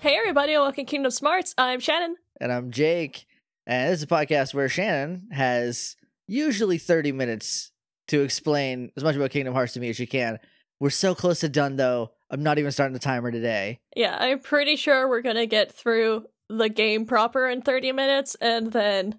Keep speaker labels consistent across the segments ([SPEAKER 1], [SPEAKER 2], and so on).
[SPEAKER 1] Hey everybody, welcome to Kingdom Smarts. I'm Shannon.
[SPEAKER 2] And I'm Jake. And this is a podcast where Shannon has usually 30 minutes to explain as much about Kingdom Hearts to me as she can. We're so close to done though. I'm not even starting the timer today.
[SPEAKER 1] Yeah, I'm pretty sure we're gonna get through the game proper in 30 minutes, and then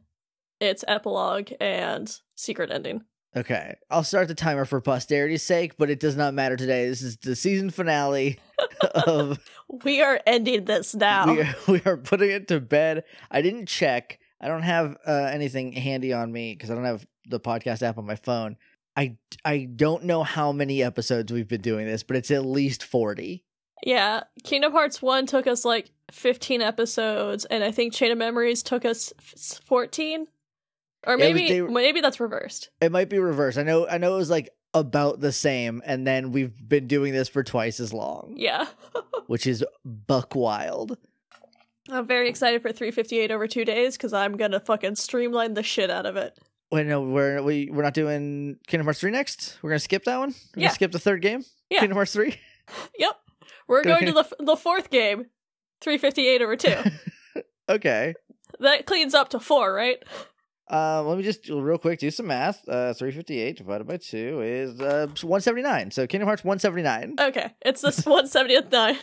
[SPEAKER 1] it's epilogue and secret ending.
[SPEAKER 2] Okay. I'll start the timer for posterity's sake, but it does not matter today. This is the season finale of
[SPEAKER 1] We are ending this now.
[SPEAKER 2] we are, we are putting it to bed. I didn't check. I don't have uh, anything handy on me because I don't have the podcast app on my phone. I I don't know how many episodes we've been doing this, but it's at least forty.
[SPEAKER 1] Yeah, Kingdom Hearts 1 took us like 15 episodes, and I think Chain of Memories took us f- 14? Or
[SPEAKER 2] Yeah, but
[SPEAKER 1] maybe
[SPEAKER 2] they were-
[SPEAKER 1] maybe that's reversed.
[SPEAKER 2] It might be reversed. I know. I know it was like about the same, and then we've been doing this for twice as long,
[SPEAKER 1] Yeah.
[SPEAKER 2] which is buck wild.
[SPEAKER 1] I'm very excited for 358 over two days because I'm gonna fucking streamline the shit out of it.
[SPEAKER 2] Wait, no, we're we, we're not doing Kingdom Hearts three next. We're gonna skip that one. We're
[SPEAKER 1] Yeah.
[SPEAKER 2] gonna skip the third game.
[SPEAKER 1] Yeah.
[SPEAKER 2] Kingdom Hearts three.
[SPEAKER 1] Yep. We're going to
[SPEAKER 2] Okay.
[SPEAKER 1] the f- the fourth game, 358 over 2.
[SPEAKER 2] Okay.
[SPEAKER 1] that cleans up to 4, right?
[SPEAKER 2] Um, let me just do- real quick do some math. Uh, three fifty eight divided by two is uh one seventy nine. So Kingdom Hearts one seventy nine.
[SPEAKER 1] Okay. It's this 170th 9.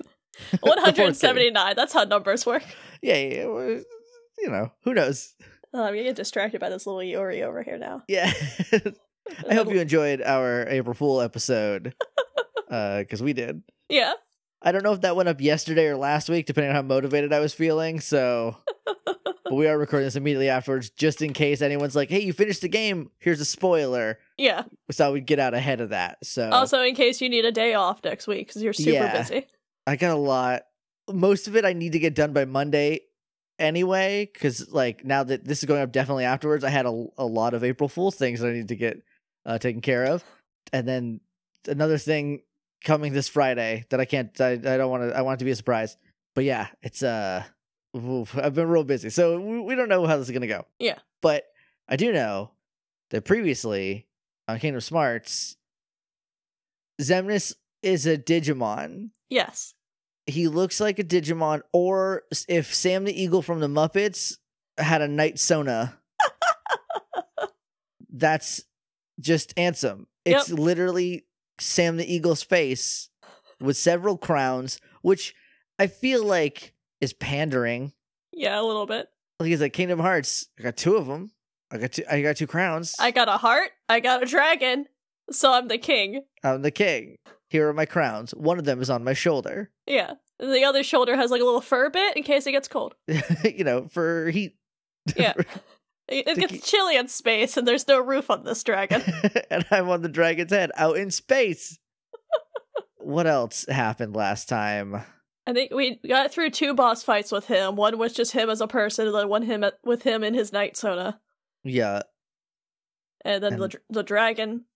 [SPEAKER 1] 179. That's how numbers work.
[SPEAKER 2] Yeah, yeah, yeah, well, you know who knows.
[SPEAKER 1] Oh, I'm gonna get distracted by this little Yori over here now.
[SPEAKER 2] Yeah, I hope you enjoyed our April Fool episode because we did.
[SPEAKER 1] Yeah.
[SPEAKER 2] I don't know if that went up yesterday or last week, depending on how motivated I was feeling. So, but we are recording this immediately afterwards, just in case anyone's like, "Hey, you finished the game? Here's a spoiler."
[SPEAKER 1] Yeah.
[SPEAKER 2] So we'd get out ahead of that. So
[SPEAKER 1] Also, in case you need a day off next week because you're super
[SPEAKER 2] Oh. Yeah.
[SPEAKER 1] busy.
[SPEAKER 2] I got a lot. Most of it I need to get done by Monday anyway, because like now that this is going up definitely afterwards, I had a, a lot of April Fool's things that I need to get uh, taken care of, and then another thing coming this Friday that I can't. I, I don't want to. I want it to be a surprise. But yeah, it's uh, oof, I've been real busy, so we, we don't know how this is gonna go.
[SPEAKER 1] Yeah.
[SPEAKER 2] but I do know that previously on Kingdom Smarts, Zemnis is a Digimon
[SPEAKER 1] Yes.
[SPEAKER 2] he looks like a Digimon, or s- if Sam the Eagle from the Muppets had a night sona, that's just Ansem. It's literally Sam the Eagle's face with several crowns, which I feel like is pandering.
[SPEAKER 1] Yeah, a little bit.
[SPEAKER 2] Like he's like Kingdom Hearts. I got two of them. I got two. I got two crowns.
[SPEAKER 1] I got a heart. I got a dragon. So I'm the king.
[SPEAKER 2] I'm the king. Here are my crowns. One of them is on my shoulder.
[SPEAKER 1] Yeah. And the other shoulder has like a little fur bit in case it gets cold.
[SPEAKER 2] you know, for heat.
[SPEAKER 1] Yeah. It, it
[SPEAKER 2] To
[SPEAKER 1] gets
[SPEAKER 2] keep-
[SPEAKER 1] chilly in space, and there's no roof on this dragon.
[SPEAKER 2] and I'm on the dragon's head out in space. what else happened last time?
[SPEAKER 1] I think we got through two boss fights with him. One was just him as a person, and then one him at, with him in his night sona,
[SPEAKER 2] Yeah.
[SPEAKER 1] and then the
[SPEAKER 2] And-
[SPEAKER 1] the the dragon.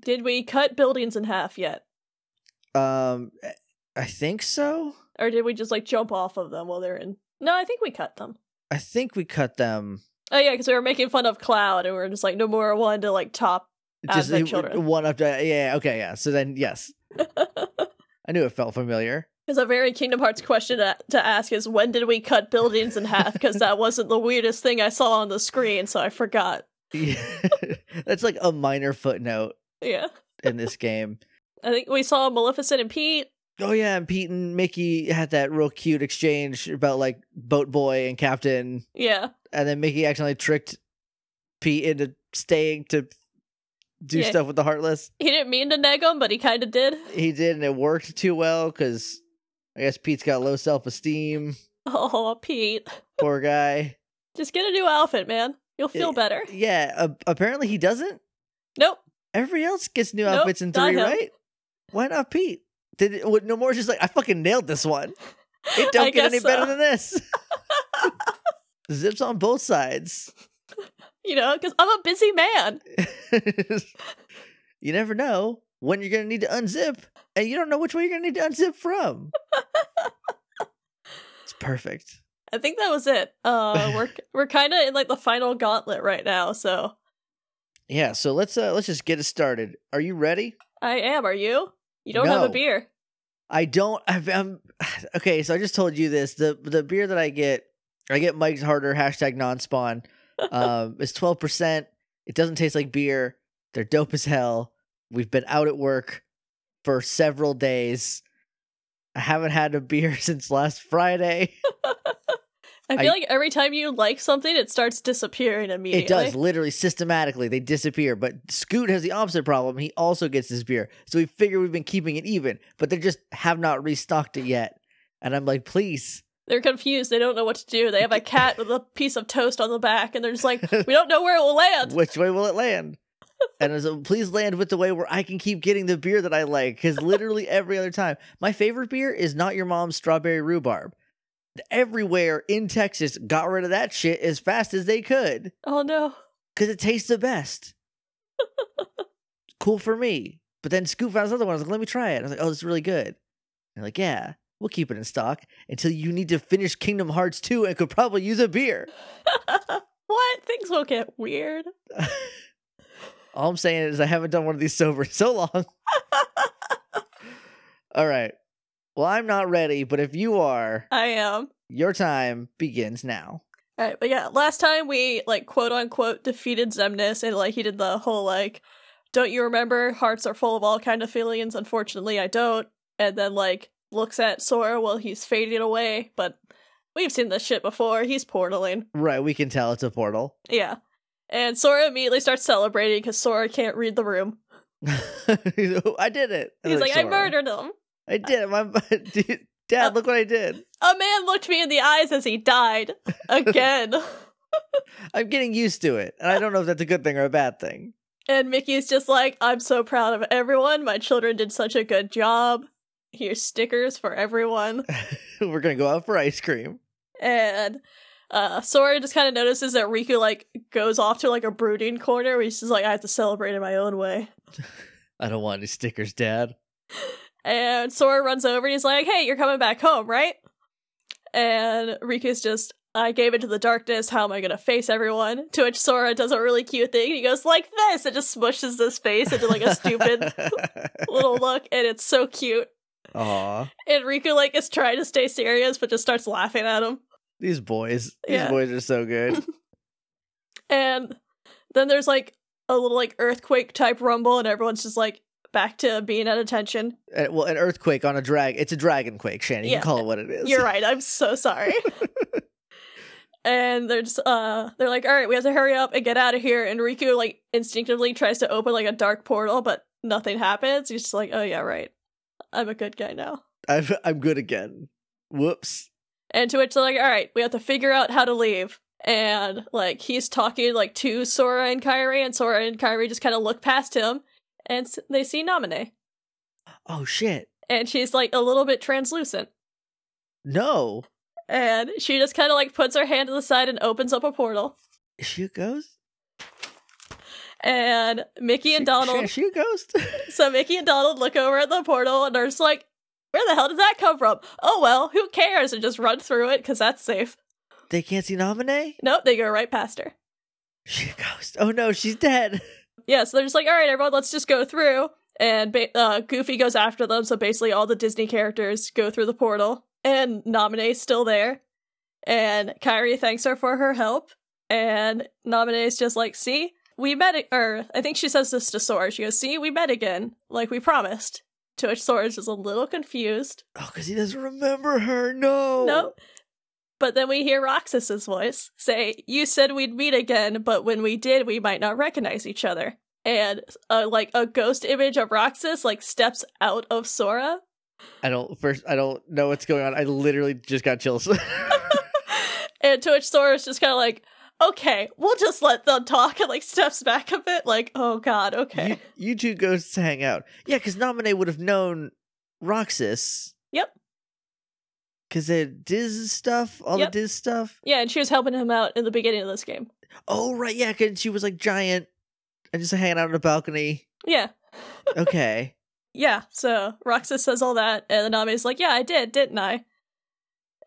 [SPEAKER 1] Did we cut buildings in half yet,
[SPEAKER 2] Um I think so.
[SPEAKER 1] or did we just like jump off of them while they're in? No, I think we cut them.
[SPEAKER 2] I think we cut them.
[SPEAKER 1] Oh yeah, because we were making fun of Cloud, and we were just like, Nomura wanted to like top. Advent
[SPEAKER 2] uh,
[SPEAKER 1] children.
[SPEAKER 2] one up to yeah, yeah, okay, yeah. So then yes. I knew it felt familiar.
[SPEAKER 1] Because a very Kingdom Hearts question to, to ask is when did we cut buildings in half? Because that wasn't the weirdest thing I saw on the screen, so I forgot.
[SPEAKER 2] That's like a minor footnote
[SPEAKER 1] Yeah,
[SPEAKER 2] in this game.
[SPEAKER 1] I think we saw Maleficent and Pete.
[SPEAKER 2] Oh yeah, and Pete and Mickey had that real cute exchange about like boat boy and captain
[SPEAKER 1] Yeah,
[SPEAKER 2] and then Mickey accidentally tricked Pete into staying to do
[SPEAKER 1] Yeah.
[SPEAKER 2] stuff with the Heartless.
[SPEAKER 1] he didn't mean to neg him, but he kind of did.
[SPEAKER 2] He did, and it worked too well because I guess Pete's got low self esteem.
[SPEAKER 1] Oh, Pete.
[SPEAKER 2] Poor guy.
[SPEAKER 1] Just get a new outfit, man. You'll feel
[SPEAKER 2] Yeah.
[SPEAKER 1] better.
[SPEAKER 2] Yeah, a- apparently he doesn't.
[SPEAKER 1] Nope.
[SPEAKER 2] Everybody else gets new
[SPEAKER 1] Nope,
[SPEAKER 2] outfits in
[SPEAKER 1] not
[SPEAKER 2] three,
[SPEAKER 1] him.
[SPEAKER 2] right? Why not Pete? Did it, would- Nomura's just like I fucking nailed this one.
[SPEAKER 1] I
[SPEAKER 2] It don't get
[SPEAKER 1] guess
[SPEAKER 2] any
[SPEAKER 1] so.
[SPEAKER 2] better than this. Zips on both sides.
[SPEAKER 1] You know, because I'm a busy man.
[SPEAKER 2] you never know when you're going to need to unzip, and you don't know which way you're going to need to unzip from. it's perfect.
[SPEAKER 1] I think that was it. Uh, we're we're kind of in like the final gauntlet right now, so
[SPEAKER 2] Yeah, so let's uh let's just get it started. Are you ready?
[SPEAKER 1] I am. Are you? You don't have a
[SPEAKER 2] No.
[SPEAKER 1] beer.
[SPEAKER 2] I don't. I've, I'm okay. So I just told you this. The the beer that I get, I get Mike's Harder hashtag non spawn. Um, it's twelve percent. It doesn't taste like beer. They're dope as hell. We've been out at work for several days. I haven't had a beer since last Friday.
[SPEAKER 1] I feel like every time you like something, it starts disappearing immediately.
[SPEAKER 2] It does literally systematically. They disappear. But Scoot has the opposite problem. He also gets his beer. So we figure we've been keeping it even, but they just have not restocked it yet. And I'm like, please.
[SPEAKER 1] They're confused. They don't know what to do. They have a cat with a piece of toast on the back, and they're just like, we don't know where it will land.
[SPEAKER 2] Which way will it land? and I was like, please land with the way where I can keep getting the beer that I like. Because literally every other time, my favorite beer is not your mom's strawberry rhubarb. Everywhere in Texas got rid of that shit as fast as they could
[SPEAKER 1] Oh no.
[SPEAKER 2] because it tastes the best. cool for me. But then Scoop found another one. I was like, let me try it. I was like, oh, this is really good. And they're like, yeah, we'll keep it in stock until you need to finish Kingdom Hearts 2 and could probably use a beer.
[SPEAKER 1] what? Things will get weird.
[SPEAKER 2] All I'm saying is I haven't done one of these sober in so long. All right. Well, I'm not ready, but if you are,
[SPEAKER 1] I am.
[SPEAKER 2] your time begins now.
[SPEAKER 1] All right, but yeah, last time we like quote unquote defeated Zemnis and like he did the whole like, don't you remember? Hearts are full of all kind of feelings. Unfortunately, I don't. And then like looks at Sora while he's fading away. But we've seen this shit before. He's portaling.
[SPEAKER 2] Right, we can tell it's a portal.
[SPEAKER 1] Yeah. And Sora immediately starts celebrating because Sora can't read the room.
[SPEAKER 2] He's like, "Oh, I did it. And
[SPEAKER 1] He's
[SPEAKER 2] they're
[SPEAKER 1] like, I
[SPEAKER 2] "Sora,
[SPEAKER 1] murdered him.
[SPEAKER 2] I did it. My Dude, Dad, look what I did.
[SPEAKER 1] A man looked me in the eyes as he died. Again.
[SPEAKER 2] I'm getting used to it, and I don't know if that's a good thing or a bad thing.
[SPEAKER 1] And Mickey's just like, I'm so proud of everyone. My children did such a good job. Here's stickers for everyone.
[SPEAKER 2] We're gonna go out for ice cream.
[SPEAKER 1] And uh, Sora just kind of notices that Riku like goes off to like a brooding corner where he's just like, I have to celebrate in my own way.
[SPEAKER 2] I don't want any stickers, Dad.
[SPEAKER 1] And Sora runs over and he's like, Hey, you're coming back home, right? And Riku's just, I gave into the darkness. How am I gonna face everyone? To which Sora does a really cute thing. He goes like this and just smushes his face into like a stupid little look, and it's so cute.
[SPEAKER 2] Aw,
[SPEAKER 1] And Riku like is trying to stay serious, but just starts laughing at him.
[SPEAKER 2] these boys. These
[SPEAKER 1] Yeah.
[SPEAKER 2] boys are so good.
[SPEAKER 1] And then there's like a little like earthquake type rumble, and everyone's just like back to being at attention.
[SPEAKER 2] Uh, well, an earthquake on a drag. It's a dragon quake, Shannon. You
[SPEAKER 1] Yeah,
[SPEAKER 2] can call it what it is.
[SPEAKER 1] You're right. I'm so sorry. and they're just uh they're like, all right, we have to hurry up and get out of here. And Riku like instinctively tries to open like a dark portal, but nothing happens. He's just like, oh yeah, right. I'm a good guy now.
[SPEAKER 2] I'm, I'm good again. Whoops.
[SPEAKER 1] And to which they're like, all right, we have to figure out how to leave. And like he's talking like to Sora and Kairi, and Sora and Kairi just kind of look past him, and s- they see Naminé,
[SPEAKER 2] Oh shit.
[SPEAKER 1] and she's like a little bit translucent,
[SPEAKER 2] No.
[SPEAKER 1] and she just kind of like puts her hand to the side and opens up a portal,
[SPEAKER 2] Is she a ghost?
[SPEAKER 1] and Mickey and Donald,
[SPEAKER 2] Is she a ghost?
[SPEAKER 1] so Mickey and Donald look over at the portal and are just like, where the hell did that come from? Oh well, who cares? And just run through it because that's safe.
[SPEAKER 2] they can't see Nominee?
[SPEAKER 1] Nope, they go right past her.
[SPEAKER 2] She a ghost. Oh no, she's dead.
[SPEAKER 1] yeah, so they're just like, all right, everyone, let's just go through. And ba- uh, Goofy goes after them, so basically all the Disney characters go through the portal. And Naminé's still there. And Kyrie thanks her for her help. And Naminé's just like, see, we met, a- or I think she says this to Sora. She goes, see, we met again, like we promised. To which Sora's just a little confused.
[SPEAKER 2] Oh, because he doesn't remember her. No.
[SPEAKER 1] Nope. But then we hear Roxas's voice say, "You said we'd meet again, but when we did, we might not recognize each other." And uh, like a ghost image of Roxas like steps out of Sora,
[SPEAKER 2] I don't first I don't know what's going on. I literally just got chills.
[SPEAKER 1] and to which Sora's just kind of like, "Okay, we'll just let them talk," and like steps back a bit, like, "Oh God, okay."
[SPEAKER 2] you, you two ghosts hang out. Yeah, because Nominee would have known Roxas.
[SPEAKER 1] Yep.
[SPEAKER 2] Cause the Diz stuff, all
[SPEAKER 1] Yep.
[SPEAKER 2] the Diz stuff.
[SPEAKER 1] yeah, and she was helping him out in the beginning of this game.
[SPEAKER 2] Oh right, yeah, cause she was like giant and just hanging out on the balcony.
[SPEAKER 1] Yeah,
[SPEAKER 2] Okay.
[SPEAKER 1] yeah. So Roxas says all that, and the Nami's like, "Yeah, I did, didn't I?"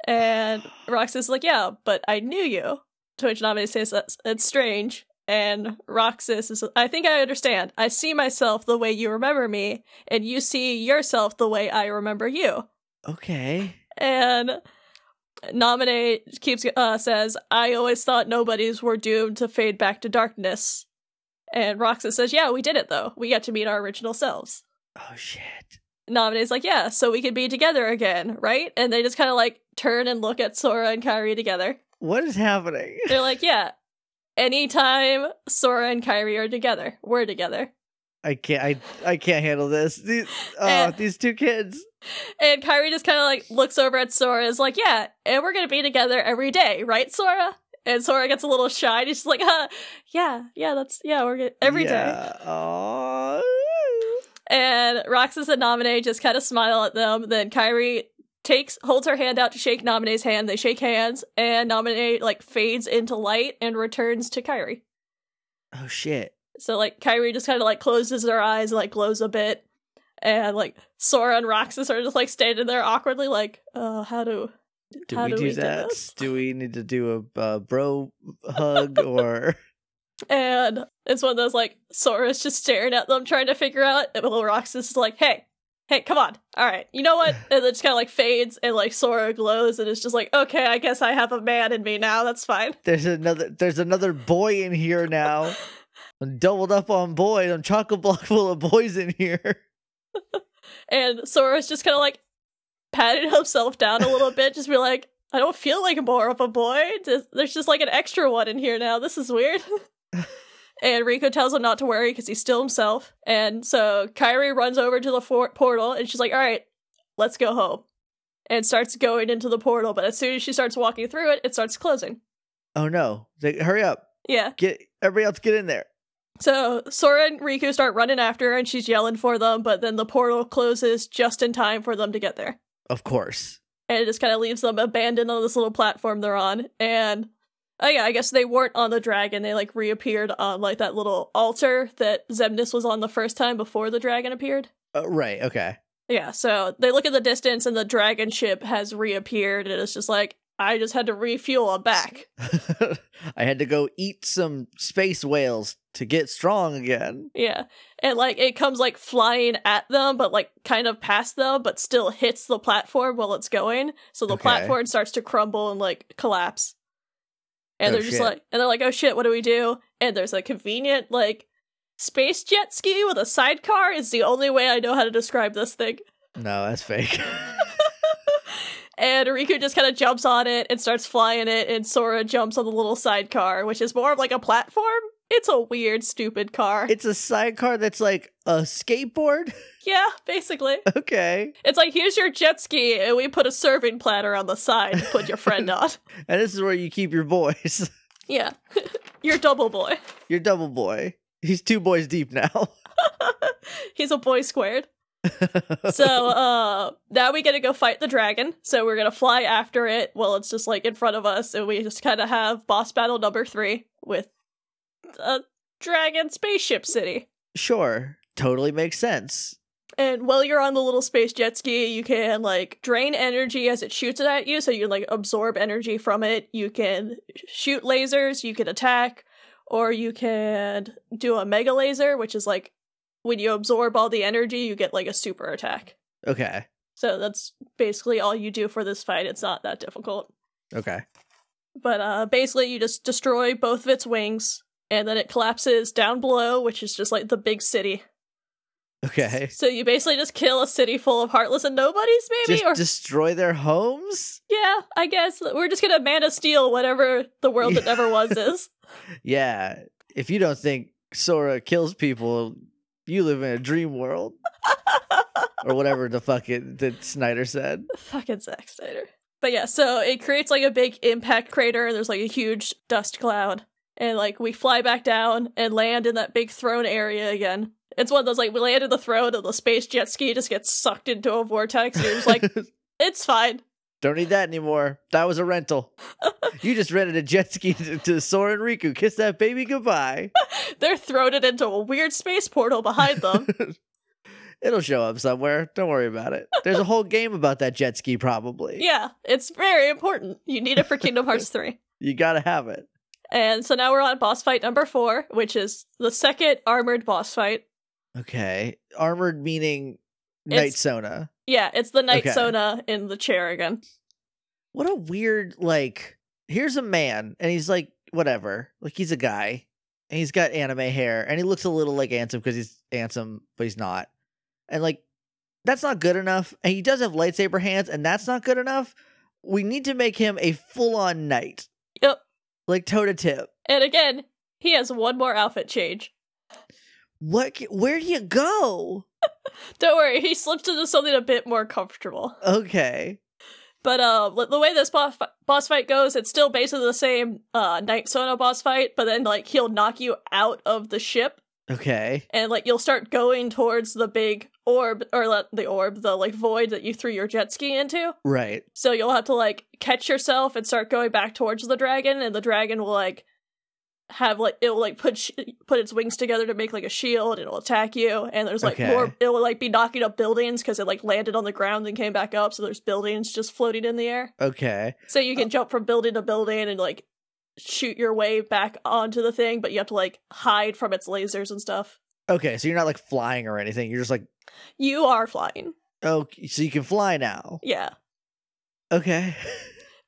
[SPEAKER 1] And Roxas is like, yeah, but I knew you. To which Nami says that's it's strange. and Roxas is I think I understand. I see myself the way you remember me, and you see yourself the way I remember you.
[SPEAKER 2] Okay.
[SPEAKER 1] And Nominate keeps uh, says, I always thought nobodies were doomed to fade back to darkness. And Roxas says, Yeah, we did it though. We got to meet our original selves.
[SPEAKER 2] Oh shit.
[SPEAKER 1] Naminé's like, Yeah, so we could be together again, right? And they just kinda like turn and look at Sora and Kyrie together.
[SPEAKER 2] What is happening?
[SPEAKER 1] They're like, Yeah. Anytime Sora and Kyrie are together, we're together.
[SPEAKER 2] I can't. I I can't handle this. These, oh,
[SPEAKER 1] And-
[SPEAKER 2] these two kids.
[SPEAKER 1] And Kyrie just kind of like looks over at Sora and is like, Yeah, and we're going to be together every day, right, Sora? And Sora gets a little shy. And he's just like, huh, Yeah, yeah, that's, yeah, we're good every day.
[SPEAKER 2] Oh.
[SPEAKER 1] And Roxas and Naminé just kind of smile at them. Then Kyrie takes, holds her hand out to shake Naminé's hand. They shake hands, and Naminé like fades into light and returns to Kyrie.
[SPEAKER 2] Oh shit.
[SPEAKER 1] So like Kyrie just kind of like closes her eyes, like glows a bit, and like Sora and Roxas are just like standing there awkwardly, like, uh, how do
[SPEAKER 2] Do
[SPEAKER 1] How
[SPEAKER 2] we
[SPEAKER 1] do
[SPEAKER 2] do
[SPEAKER 1] we do
[SPEAKER 2] that?
[SPEAKER 1] this?
[SPEAKER 2] do we need to do a uh, bro hug or?
[SPEAKER 1] And it's one of those like Sora's just staring at them, trying to figure out. And little Roxas is like, "Hey, hey, come on, all right, you know what?" And it just kind of like fades, and like Sora glows, and it's just like, "Okay, I guess I have a man in me now. That's fine."
[SPEAKER 2] There's another. There's another boy in here now. I'm doubled up on boys. I'm chock a block full of boys in here.
[SPEAKER 1] And Sora's just kind of like patting himself down a little bit, just be like, "I don't feel like more of a boy. There's- There's just like an extra one in here now. This is weird." and Rico tells him not to worry because he's still himself. And so Kyrie runs over to the for- portal and she's like, "All right, let's go home," and starts going into the portal. But as soon as she starts walking through it, it starts closing.
[SPEAKER 2] Oh no! They, hurry up!
[SPEAKER 1] Yeah.
[SPEAKER 2] Get everybody else. Get in there.
[SPEAKER 1] So Sora and Riku start running after her and she's yelling for them, but then the portal closes just in time for them to get there.
[SPEAKER 2] Of course.
[SPEAKER 1] and it just kind of leaves them abandoned on this little platform they're on. And oh yeah, I guess they weren't on the dragon; they like reappeared on like that little altar that Zemnis was on the first time before the dragon appeared.
[SPEAKER 2] Uh, right. Okay.
[SPEAKER 1] Yeah, so they look at the distance, and the dragon ship has reappeared, and it's just like I just had to refuel. I'm back.
[SPEAKER 2] I had to go eat some space whales to get strong again.
[SPEAKER 1] Yeah, and like it comes like flying at them, but like kind of past them, but still hits the platform while it's going. So the
[SPEAKER 2] Okay.
[SPEAKER 1] platform starts to crumble and like collapse. And
[SPEAKER 2] Oh,
[SPEAKER 1] they're just
[SPEAKER 2] shit.
[SPEAKER 1] like, and they're like, oh shit, what do we do? And there's a convenient like space jet ski with a sidecar is the only way I know how to describe this thing.
[SPEAKER 2] No, that's fake.
[SPEAKER 1] And Riku just kind of jumps on it and starts flying it, and Sora jumps on the little sidecar, which is more of like a platform. It's a weird, stupid car.
[SPEAKER 2] it's a sidecar that's like a skateboard.
[SPEAKER 1] yeah, basically.
[SPEAKER 2] Okay.
[SPEAKER 1] It's like, here's your jet ski, and we put a serving platter on the side to put your friend on.
[SPEAKER 2] And this is where you keep your boys.
[SPEAKER 1] Yeah. your double boy.
[SPEAKER 2] your double boy. He's two boys deep now.
[SPEAKER 1] He's a boy squared. So uh now we gotta go fight the dragon. So we're gonna fly after it. Well, it's just like in front of us, and we just kinda have boss battle number three with a dragon spaceship city.
[SPEAKER 2] sure. Totally makes sense.
[SPEAKER 1] And while you're on the little space jet ski, you can like drain energy as it shoots it at you, so you like absorb energy from it. You can shoot lasers, you can attack, or you can do a mega laser, which is like when you absorb all the energy, you get like a super attack.
[SPEAKER 2] Okay.
[SPEAKER 1] So that's basically all you do for this fight. It's not that difficult.
[SPEAKER 2] Okay.
[SPEAKER 1] But uh basically you just destroy both of its wings and then it collapses down below, which is just like the big city.
[SPEAKER 2] Okay.
[SPEAKER 1] So you basically just kill a city full of heartless and nobodies, maybe?
[SPEAKER 2] Just
[SPEAKER 1] or
[SPEAKER 2] destroy their homes?
[SPEAKER 1] yeah, I guess we're just gonna Man of Steel whatever the world that never was is.
[SPEAKER 2] Yeah. If you don't think Sora kills people, you live in a dream world. or whatever the fuck it that Snyder said.
[SPEAKER 1] Fucking Zack Snyder. But yeah, so it creates like a big impact crater. There's like a huge dust cloud, and like we fly back down and land in that big throne area again. It's one of those like we land in the throne and the space jet ski just gets sucked into a vortex. And you're just like, it's fine.
[SPEAKER 2] don't need that anymore. That was a rental. you just rented a jet ski to, to Sora and Riku. Kiss that baby goodbye.
[SPEAKER 1] They're thrown it into a weird space portal behind them.
[SPEAKER 2] It'll show up somewhere. Don't worry about it. There's a whole game about that jet ski, probably.
[SPEAKER 1] yeah, it's very important. You need it for Kingdom Hearts 3.
[SPEAKER 2] You gotta have it.
[SPEAKER 1] And so now we're on boss fight number four, which is the second armored boss fight.
[SPEAKER 2] Okay. Armored meaning Night
[SPEAKER 1] It's-
[SPEAKER 2] Sona.
[SPEAKER 1] Yeah, it's the Night
[SPEAKER 2] Okay.
[SPEAKER 1] Sona in the chair again.
[SPEAKER 2] What a weird like here's a man and he's like whatever. Like he's a guy. And he's got anime hair and he looks a little like Ansem because he's Ansem, but he's not. And like that's not good enough. And he does have lightsaber hands, and that's not good enough. We need to make him a full on knight.
[SPEAKER 1] Yep.
[SPEAKER 2] Like toe to tip.
[SPEAKER 1] And again, he has one more outfit change.
[SPEAKER 2] What c- where do you go?
[SPEAKER 1] Don't worry, he slipped into something a bit more comfortable.
[SPEAKER 2] Okay.
[SPEAKER 1] But uh, li- the way this boss, fi- boss fight goes, it's still basically the same uh, Night Sona boss fight, but then like he'll knock you out of the ship,
[SPEAKER 2] Okay.
[SPEAKER 1] and like you'll start going towards the big orb or like, the orb, the like void that you threw your jet ski into.
[SPEAKER 2] Right.
[SPEAKER 1] So you'll have to like catch yourself and start going back towards the dragon, and the dragon will like have like it'll like put sh- put its wings together to make like a shield. It'll attack you, and there's like
[SPEAKER 2] Okay.
[SPEAKER 1] more. It'll like be knocking up buildings because it like landed on the ground and came back up. So there's buildings just floating in the air.
[SPEAKER 2] Okay.
[SPEAKER 1] So you can jump from building to building and like shoot your way back onto the thing, but you have to like hide from its lasers and stuff.
[SPEAKER 2] Okay, so you're not like flying or anything. You're just like,
[SPEAKER 1] You are flying.
[SPEAKER 2] oh, so you can fly now.
[SPEAKER 1] Yeah.
[SPEAKER 2] Okay.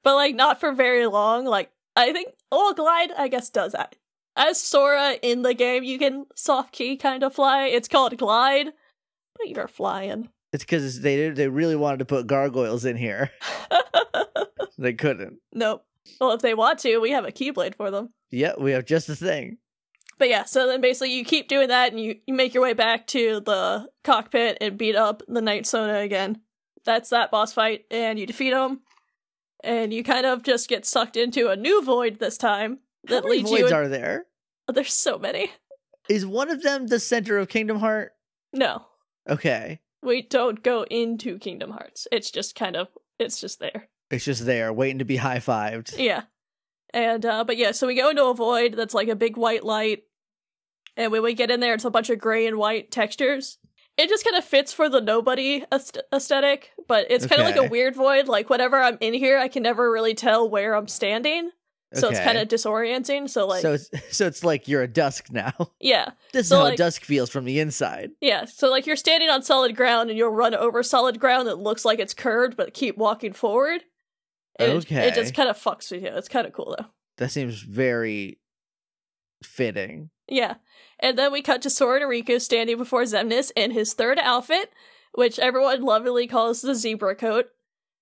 [SPEAKER 1] But like not for very long. Like I think oh glide I guess does that. As Sora in the game, you can soft key kind of fly. It's called glide, but you're flying.
[SPEAKER 2] It's because they they really wanted to put gargoyles in here. They couldn't.
[SPEAKER 1] nope. Well, if they want to, we have a keyblade for them.
[SPEAKER 2] Yeah, we have just the thing.
[SPEAKER 1] But yeah, so then basically you keep doing that and you, you make your way back to the cockpit and beat up the Night Sona again. That's that boss fight, and you defeat him. And you kind of just get sucked into a new void this time
[SPEAKER 2] How
[SPEAKER 1] that
[SPEAKER 2] many
[SPEAKER 1] leads you.
[SPEAKER 2] voids
[SPEAKER 1] in-
[SPEAKER 2] are there?
[SPEAKER 1] Oh, there's so many.
[SPEAKER 2] Is one of them the center of Kingdom Heart?
[SPEAKER 1] No,
[SPEAKER 2] Okay,
[SPEAKER 1] we don't go into Kingdom Hearts. It's just kind of, it's just there.
[SPEAKER 2] it's just there, waiting to be high fived.
[SPEAKER 1] Yeah. And uh but yeah, so we go into a void that's like a big white light. And when we get in there, it's a bunch of gray and white textures. It just kind of fits for the nobody aest- aesthetic, but it's kind of like
[SPEAKER 2] Okay.
[SPEAKER 1] a weird void. Like whenever I'm in here, I can never really tell where I'm standing, so it's kind of disorienting. So like,
[SPEAKER 2] so it's, so it's like you're a dusk now.
[SPEAKER 1] yeah,
[SPEAKER 2] This is
[SPEAKER 1] So,
[SPEAKER 2] how a
[SPEAKER 1] like-
[SPEAKER 2] dusk feels from the inside.
[SPEAKER 1] yeah. So like you're standing on solid ground, and you'll run over solid ground that looks like it's curved, but keep walking forward. And it-
[SPEAKER 2] Okay.
[SPEAKER 1] it just kind of fucks with you. It's kind of cool though.
[SPEAKER 2] That seems very fitting.
[SPEAKER 1] Yeah. And then we cut to Sora and Riku standing before Zemnis in his third outfit, which everyone lovingly calls the zebra coat.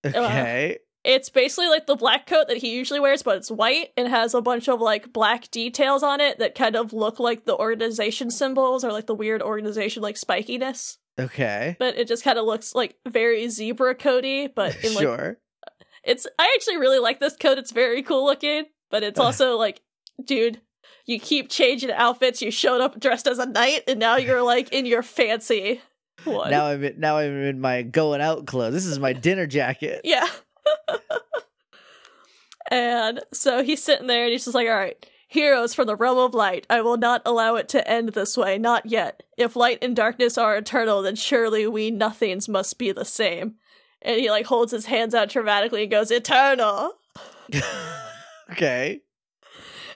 [SPEAKER 1] Uh, uh-huh.
[SPEAKER 2] Okay,
[SPEAKER 1] It's basically like the black coat that he usually wears, but it's white and has a bunch of like black details on it that kind of look like the organization symbols or like the weird organization like spikiness.
[SPEAKER 2] okay,
[SPEAKER 1] But it just kind of looks like very zebra coaty, but in like
[SPEAKER 2] sure.
[SPEAKER 1] it's I actually really like this coat. It's very cool looking, but it's
[SPEAKER 2] Uh.
[SPEAKER 1] also like, dude, you keep changing outfits. You showed up dressed as a knight, and now you're like in your fancy one.
[SPEAKER 2] Now I'm in, now I'm in my going out clothes. This is my dinner jacket.
[SPEAKER 1] yeah. and so he's sitting there, and he's just like, all right. Heroes from the realm of light, I will not allow it to end this way, not yet. If light and darkness are eternal, then surely we nothings must be the same. And he like holds his hands out dramatically and goes, Eternal!
[SPEAKER 2] okay.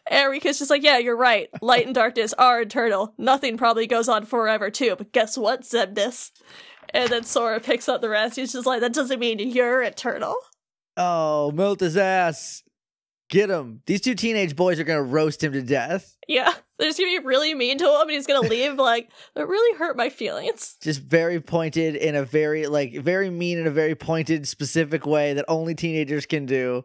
[SPEAKER 1] And Rika's just like, yeah, you're right. Light and darkness are eternal. Nothing probably goes on forever, too. But guess what, Zemnis? And then Sora picks up the rest. He's just like, that doesn't mean you're eternal.
[SPEAKER 2] Oh, melt his ass. Get him. These two teenage boys are gonna roast him to death.
[SPEAKER 1] Yeah, they're just gonna be really mean to him, and he's gonna leave. like, that really hurt my feelings.
[SPEAKER 2] Just very pointed in a very like very mean in a very pointed specific way that only teenagers can do.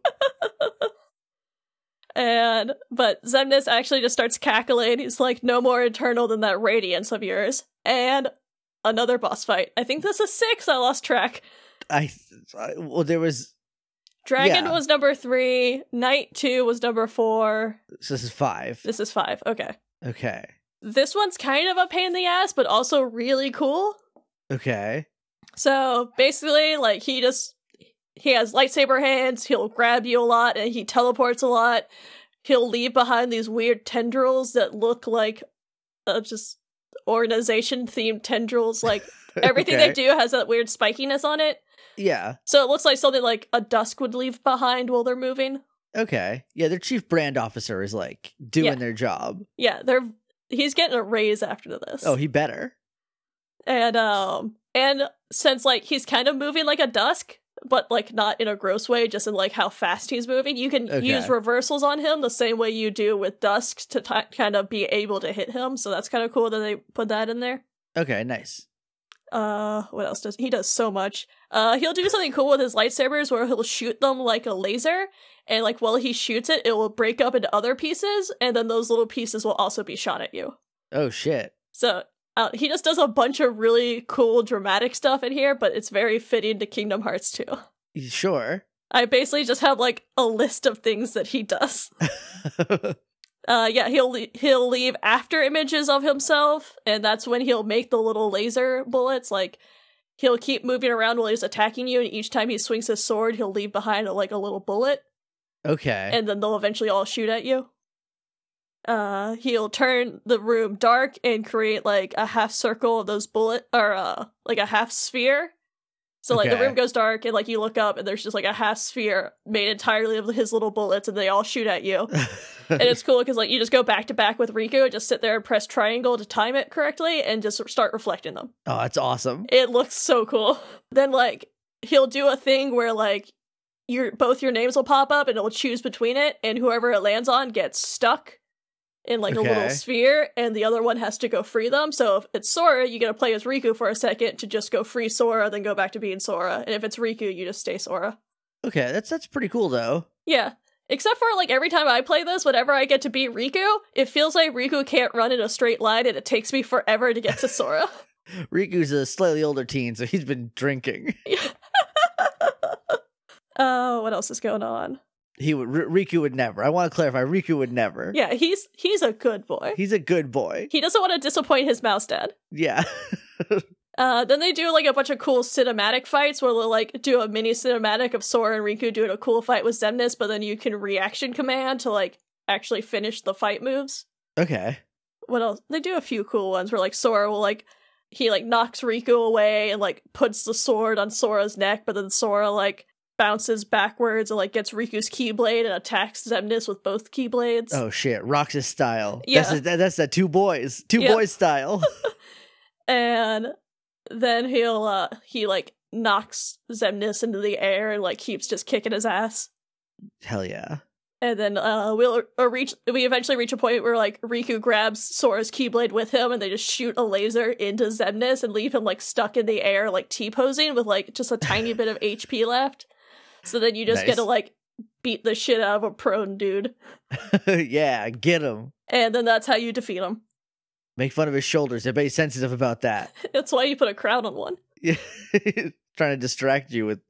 [SPEAKER 1] And but Zemnis actually just starts cackling. He's like, no more eternal than that radiance of yours. And another boss fight. I think this is six. I lost track.
[SPEAKER 2] I, I well, there was
[SPEAKER 1] Dragon
[SPEAKER 2] Yeah.
[SPEAKER 1] was number three. Knight two was number four.
[SPEAKER 2] so this is five.
[SPEAKER 1] This is five. Okay.
[SPEAKER 2] Okay.
[SPEAKER 1] this one's kind of a pain in the ass, but also really cool.
[SPEAKER 2] Okay.
[SPEAKER 1] So basically, like he just he has lightsaber hands. He'll grab you a lot, and he teleports a lot. He'll leave behind these weird tendrils that look like uh, just organization themed tendrils. Like everything
[SPEAKER 2] okay.
[SPEAKER 1] they do has that weird spikiness on it.
[SPEAKER 2] Yeah.
[SPEAKER 1] So it looks like something like a dusk would leave behind while they're moving.
[SPEAKER 2] Okay. Yeah, their chief brand officer is like doing
[SPEAKER 1] Yeah.
[SPEAKER 2] their job.
[SPEAKER 1] Yeah, they're he's getting a raise after this.
[SPEAKER 2] Oh, he better.
[SPEAKER 1] and um and since like he's kind of moving like a dusk, but like not in a gross way, just in like how fast he's moving, you can
[SPEAKER 2] Okay.
[SPEAKER 1] use reversals on him the same way you do with dusk to ti kind of be able to hit him. So that's kind of cool that they put that in there.
[SPEAKER 2] Okay, nice.
[SPEAKER 1] Uh, what else does he does so much? Uh, he'll do something cool with his lightsabers where he'll shoot them like a laser, and like while he shoots it, it will break up into other pieces, and then those little pieces will also be shot at you.
[SPEAKER 2] Oh shit.
[SPEAKER 1] So uh, he just does a bunch of really cool dramatic stuff in here, but it's very fitting to Kingdom Hearts 2.
[SPEAKER 2] You Sure.
[SPEAKER 1] I basically just have like a list of things that he does. Uh, yeah, he'll le- he'll leave after images of himself, and that's when he'll make the little laser bullets. Like he'll keep moving around while he's attacking you, and each time he swings his sword, he'll leave behind like a little bullet,
[SPEAKER 2] okay.
[SPEAKER 1] and then they'll eventually all shoot at you. Uh, he'll turn the room dark and create like a half circle of those bullet or uh like a half sphere. So like the
[SPEAKER 2] Okay.
[SPEAKER 1] room goes dark and like you look up and there's just like a half sphere made entirely of his little bullets and they all shoot at you and it's cool because like you just go back to back with Riku, just sit there and press triangle to time it correctly, and just start reflecting them.
[SPEAKER 2] oh, that's awesome.
[SPEAKER 1] It looks so cool. Then like he'll do a thing where like your both your names will pop up, and it'll choose between it, and whoever it lands on gets stuck in like a
[SPEAKER 2] Okay.
[SPEAKER 1] little sphere, and the other one has to go free them. So if it's Sora, you get to play as Riku for a second to just go free Sora, then go back to being Sora, and if it's Riku, you just stay Sora.
[SPEAKER 2] Okay, that's that's pretty cool though.
[SPEAKER 1] Yeah. Except for like every time I play this, whenever I get to beat Riku, it feels like Riku can't run in a straight line and it takes me forever to get to Sora.
[SPEAKER 2] Riku's a slightly older teen, so he's been drinking.
[SPEAKER 1] Oh, what else is going on?
[SPEAKER 2] He would R- Riku would never. I want to clarify. Riku would never.
[SPEAKER 1] Yeah, he's he's a good boy.
[SPEAKER 2] He's a good boy.
[SPEAKER 1] He doesn't want to disappoint his mouse dad.
[SPEAKER 2] Yeah.
[SPEAKER 1] Uh, then they do like a bunch of cool cinematic fights where they'll like do a mini cinematic of Sora and Riku doing a cool fight with Zemnis, but then you can reaction command to like actually finish the fight moves.
[SPEAKER 2] Okay.
[SPEAKER 1] what else? They do a few cool ones where like Sora will like he like knocks Riku away and like puts the sword on Sora's neck, but then Sora like bounces backwards and like gets Riku's keyblade and attacks Zemnis with both keyblades.
[SPEAKER 2] Oh shit. Roxas style. That's
[SPEAKER 1] Yeah.
[SPEAKER 2] the- that, that's that two boys. Two
[SPEAKER 1] Yeah.
[SPEAKER 2] boys style.
[SPEAKER 1] And then he'll uh he like knocks Zemnis into the air and like keeps just kicking his ass.
[SPEAKER 2] Hell yeah.
[SPEAKER 1] And then uh we'll or reach we eventually reach a point where like Riku grabs Sora's keyblade with him and they just shoot a laser into Zemnis and leave him like stuck in the air like T posing with like just a tiny bit of HP left. So then you just get
[SPEAKER 2] Nice.
[SPEAKER 1] to like beat the shit out of a prone dude.
[SPEAKER 2] yeah. Get him.
[SPEAKER 1] And then that's how you defeat him.
[SPEAKER 2] Make fun of his shoulders. Everybody's sensitive about that.
[SPEAKER 1] That's why you put a crown on one.
[SPEAKER 2] Trying to distract you with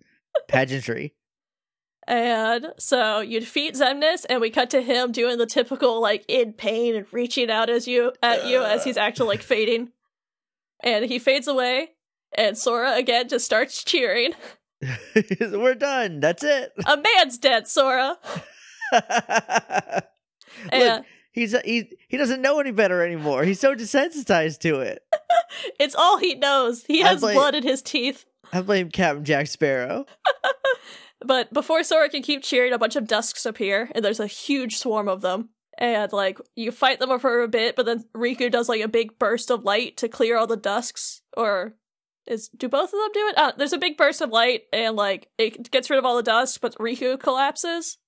[SPEAKER 2] pageantry.
[SPEAKER 1] And so you defeat Zemnis and we cut to him doing the typical like in pain and reaching out as you at you as he's actually like fading. And he fades away and Sora again just starts cheering.
[SPEAKER 2] We're done. That's it.
[SPEAKER 1] A man's dead, Sora. And
[SPEAKER 2] Look, he's he he doesn't know any better anymore. He's so desensitized to it.
[SPEAKER 1] it's all he knows. He
[SPEAKER 2] I
[SPEAKER 1] has
[SPEAKER 2] blame-
[SPEAKER 1] blood in his teeth.
[SPEAKER 2] I blame Captain Jack Sparrow.
[SPEAKER 1] But before Sora can keep cheering, a bunch of dusks appear, and there's a huge swarm of them. And like you fight them for a bit, but then Riku does like a big burst of light to clear all the dusks. Or is do both of them do it? Uh, there's a big burst of light, and like it gets rid of all the dust, but Riku collapses,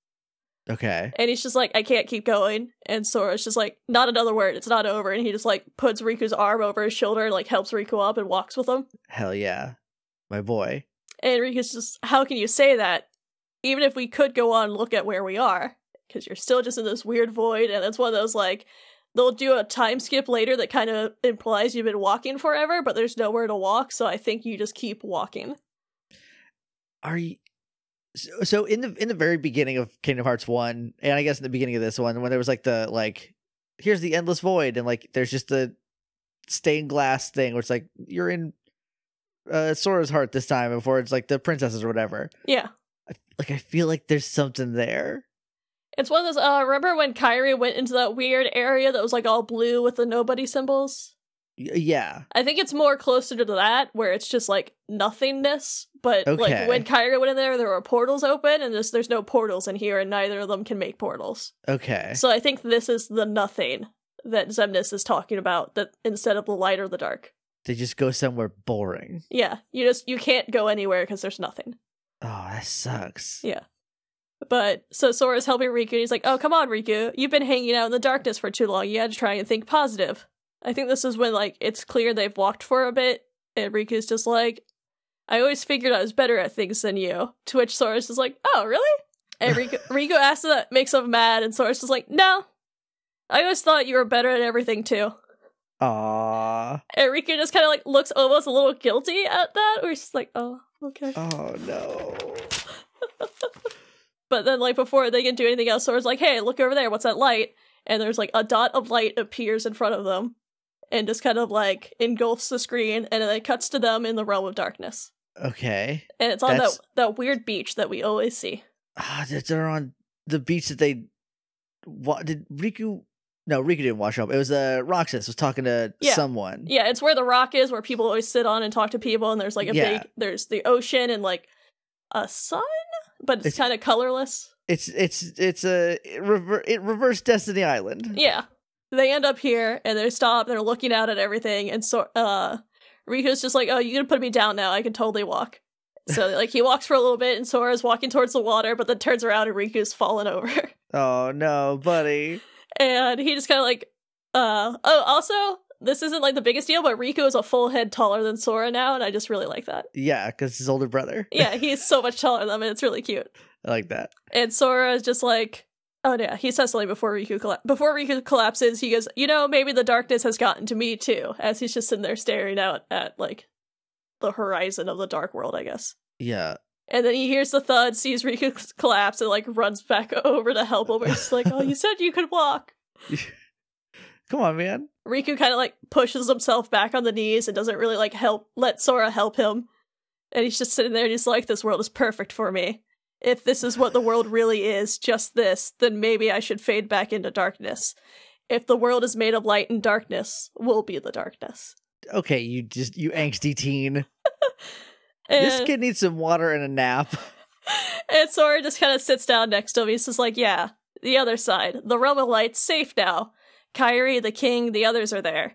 [SPEAKER 2] Okay.
[SPEAKER 1] and he's just like, I can't keep going. And Sora's just like, not another word. It's not over. And he just like puts Riku's arm over his shoulder and like helps Riku up and walks with him.
[SPEAKER 2] Hell yeah. My boy.
[SPEAKER 1] And Rika's just, how can you say that? Even if we could go on and look at where we are, because you're still just in this weird void, and it's one of those like, they'll do a time skip later that kind of implies you've been walking forever, but there's nowhere to walk, so I think you just keep walking.
[SPEAKER 2] Are you so, so in the in the very beginning of Kingdom Hearts 1 and I guess in the beginning of this one when there was like the like here's the endless void and like there's just the stained glass thing where it's like you're in uh, Sora's heart this time before it's like the princesses or whatever.
[SPEAKER 1] Yeah.
[SPEAKER 2] Like I feel like there's something there.
[SPEAKER 1] It's one of those, uh, remember when Kyrie went into that weird area that was like all blue with the nobody symbols?
[SPEAKER 2] Y- Yeah.
[SPEAKER 1] I think it's more closer to that where it's just like nothingness. But
[SPEAKER 2] Okay.
[SPEAKER 1] like when Kyrie went in there, there were portals open, and just, there's no portals in here, and neither of them can make portals.
[SPEAKER 2] Okay.
[SPEAKER 1] So I think this is the nothing that Zemnis is talking about. That instead of the light or the dark,
[SPEAKER 2] They just go somewhere boring.
[SPEAKER 1] yeah, you just you can't go anywhere because there's nothing.
[SPEAKER 2] Oh, that sucks.
[SPEAKER 1] Yeah. But so Sora's helping Riku, and he's like, "Oh, come on, Riku, you've been hanging out in the darkness for too long. You had to try and think positive." I think this is when like it's clear they've walked for a bit, and Riku's just like, "I always figured I was better at things than you." To which Sora's is like, "Oh, really?" And Riku, Riku asks if that, makes him mad, and Sora's just like, "No, I always thought you were better at everything too."
[SPEAKER 2] Aw.
[SPEAKER 1] And Riku just kind of like looks almost a little guilty at that, where she's like, "Oh, okay."
[SPEAKER 2] Oh no.
[SPEAKER 1] But then, like, before they can do anything else, Sora's like, hey, look over there, what's that light? And there's like a dot of light appears in front of them and just kind of like engulfs the screen and then it cuts to them in the realm of darkness.
[SPEAKER 2] Okay.
[SPEAKER 1] And it's on
[SPEAKER 2] That's-
[SPEAKER 1] that, that weird beach that we always see.
[SPEAKER 2] Ah, that they're on the beach that they. What did Riku? No, Riku didn't wash up. It was uh, Roxas was talking to
[SPEAKER 1] Yeah.
[SPEAKER 2] someone.
[SPEAKER 1] Yeah, it's where the rock is, where people always sit on and talk to people. And there's like a
[SPEAKER 2] Yeah.
[SPEAKER 1] big, there's the ocean and like a sun, but it's
[SPEAKER 2] It's-
[SPEAKER 1] kind of colorless.
[SPEAKER 2] It's it's it's a it rever- it reverse Destiny Island.
[SPEAKER 1] Yeah. They end up here and they stop, they're looking out at everything, and so uh Riku's just like, Oh, you can put me down now, I can totally walk. So like he walks for a little bit and Sora's walking towards the water, but then turns around and Riku's fallen over.
[SPEAKER 2] Oh no, buddy.
[SPEAKER 1] and he just kinda like uh oh also this isn't like the biggest deal, but Riku is a full head taller than Sora now, and I just really like that.
[SPEAKER 2] Yeah, because his older brother.
[SPEAKER 1] Yeah, he's so much taller than him, and it's really cute.
[SPEAKER 2] I like that.
[SPEAKER 1] And Sora is just like, oh yeah, he says something before Riku colla- before Riku collapses. He goes, you know, maybe the darkness has gotten to me too. As he's just sitting there staring out at like the horizon of the dark world, I guess.
[SPEAKER 2] Yeah.
[SPEAKER 1] And then he hears the thud, sees Riku c- collapse, and like runs back over to help him. It's like, oh, you said you could walk.
[SPEAKER 2] Come on, man.
[SPEAKER 1] Riku kind of like pushes himself back on the knees and doesn't really like help let Sora help him. And he's just sitting there and he's like, This world is perfect for me. If this is what the world really is, just this, then maybe I should fade back into darkness. If the world is made of light and darkness, we'll be the darkness.
[SPEAKER 2] Okay, you just you angsty teen.
[SPEAKER 1] And,
[SPEAKER 2] This kid needs some water and a nap.
[SPEAKER 1] and Sora just kind of sits down next to him. He's just like, Yeah, the other side. The realm of light's safe now. Kairi, the king, the others are there.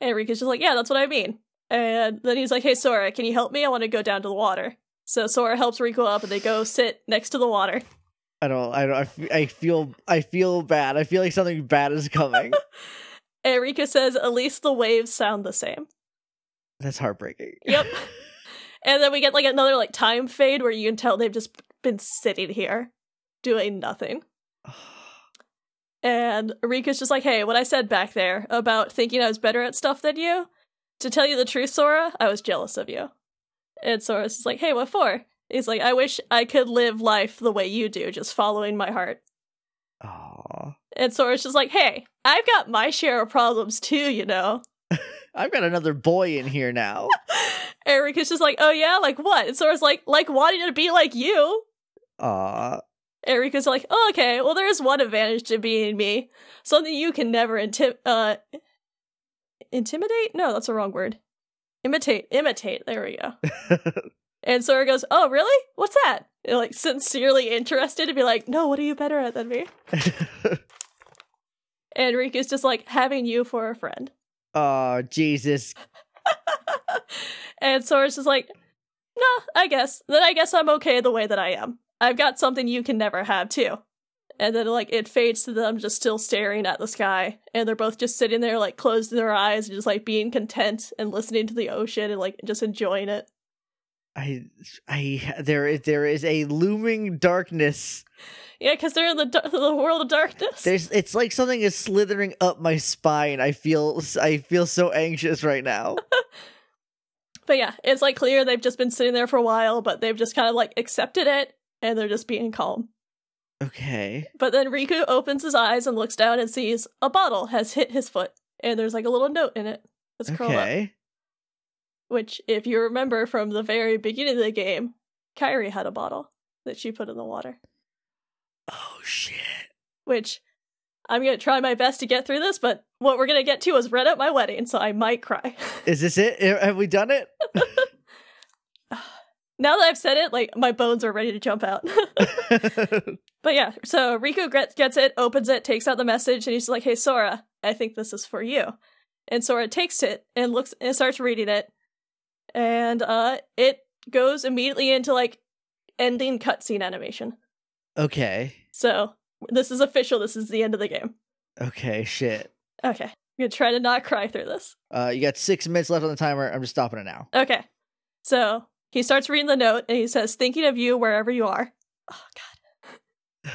[SPEAKER 1] And Riku's just like, yeah, that's what I mean. And then he's like, hey, Sora, can you help me? I want to go down to the water. So Sora helps Riku up and they go sit next to the water.
[SPEAKER 2] I don't. I don't. I f- I feel. I feel bad. I feel like something bad is coming.
[SPEAKER 1] And Riku says, at least the waves sound the same.
[SPEAKER 2] That's heartbreaking.
[SPEAKER 1] Yep. and then we get like another like time fade where you can tell they've just been sitting here doing nothing. And Rika's just like, hey, what I said back there about thinking I was better at stuff than you, to tell you the truth, Sora, I was jealous of you. And Sora's just like, hey, what for? He's like, I wish I could live life the way you do, just following my heart.
[SPEAKER 2] Aw.
[SPEAKER 1] And Sora's just like, hey, I've got my share of problems too, you know.
[SPEAKER 2] I've got another boy in here now.
[SPEAKER 1] And Rika's just like, oh yeah, like what? And Sora's like, like wanting to be like you.
[SPEAKER 2] Aw.
[SPEAKER 1] Erika's like, oh, okay, well, there is one advantage to being me. Something you can never inti- uh, intimidate? No, that's the wrong word. Imitate. Imitate. There we go. and Sora goes, oh, really? What's that? And, like, sincerely interested to be like, no, what are you better at than me? And Riku's just like, having you for a friend.
[SPEAKER 2] oh Jesus.
[SPEAKER 1] And Sora's just like, nah, I guess. Then I guess I'm okay the way that I am. I've got something you can never have, too. And then, like, it fades to them just still staring at the sky. And they're both just sitting there, like, closing their eyes and just, like, being content and listening to the ocean and, like, just enjoying it.
[SPEAKER 2] I. I. There is. There is a looming darkness.
[SPEAKER 1] Yeah, because they're in the, dar- the world of darkness.
[SPEAKER 2] There's. It's like something is slithering up my spine. I feel. I feel so anxious right now.
[SPEAKER 1] But yeah, it's, like, clear they've just been sitting there for a while, but they've just kind of, like, accepted it and they're just being calm.
[SPEAKER 2] Okay.
[SPEAKER 1] But then Riku opens his eyes and looks down and sees a bottle has hit his foot, and there's like a little note in it. It's curled up.
[SPEAKER 2] Okay.
[SPEAKER 1] Which, if you remember from the very beginning of the game, Kairi had a bottle that she put in the water.
[SPEAKER 2] Oh shit.
[SPEAKER 1] Which I'm gonna try my best to get through this, but what we're gonna get to is right at my wedding, so I might cry.
[SPEAKER 2] Is this it? Have we done it?
[SPEAKER 1] now that I've said it, like my bones are ready to jump out. but yeah, so Riku gre- gets it, opens it, takes out the message, and he's like, "Hey Sora, I think this is for you." And Sora takes it and looks and starts reading it, and uh, it goes immediately into like ending cutscene animation.
[SPEAKER 2] okay.
[SPEAKER 1] So this is official. This is the end of the game.
[SPEAKER 2] Okay. Shit.
[SPEAKER 1] Okay, I'm gonna try to not cry through this.
[SPEAKER 2] Uh, you got six minutes left on the timer. I'm just stopping it now.
[SPEAKER 1] Okay. So he starts reading the note and he says, Thinking of you wherever you are. Oh, God.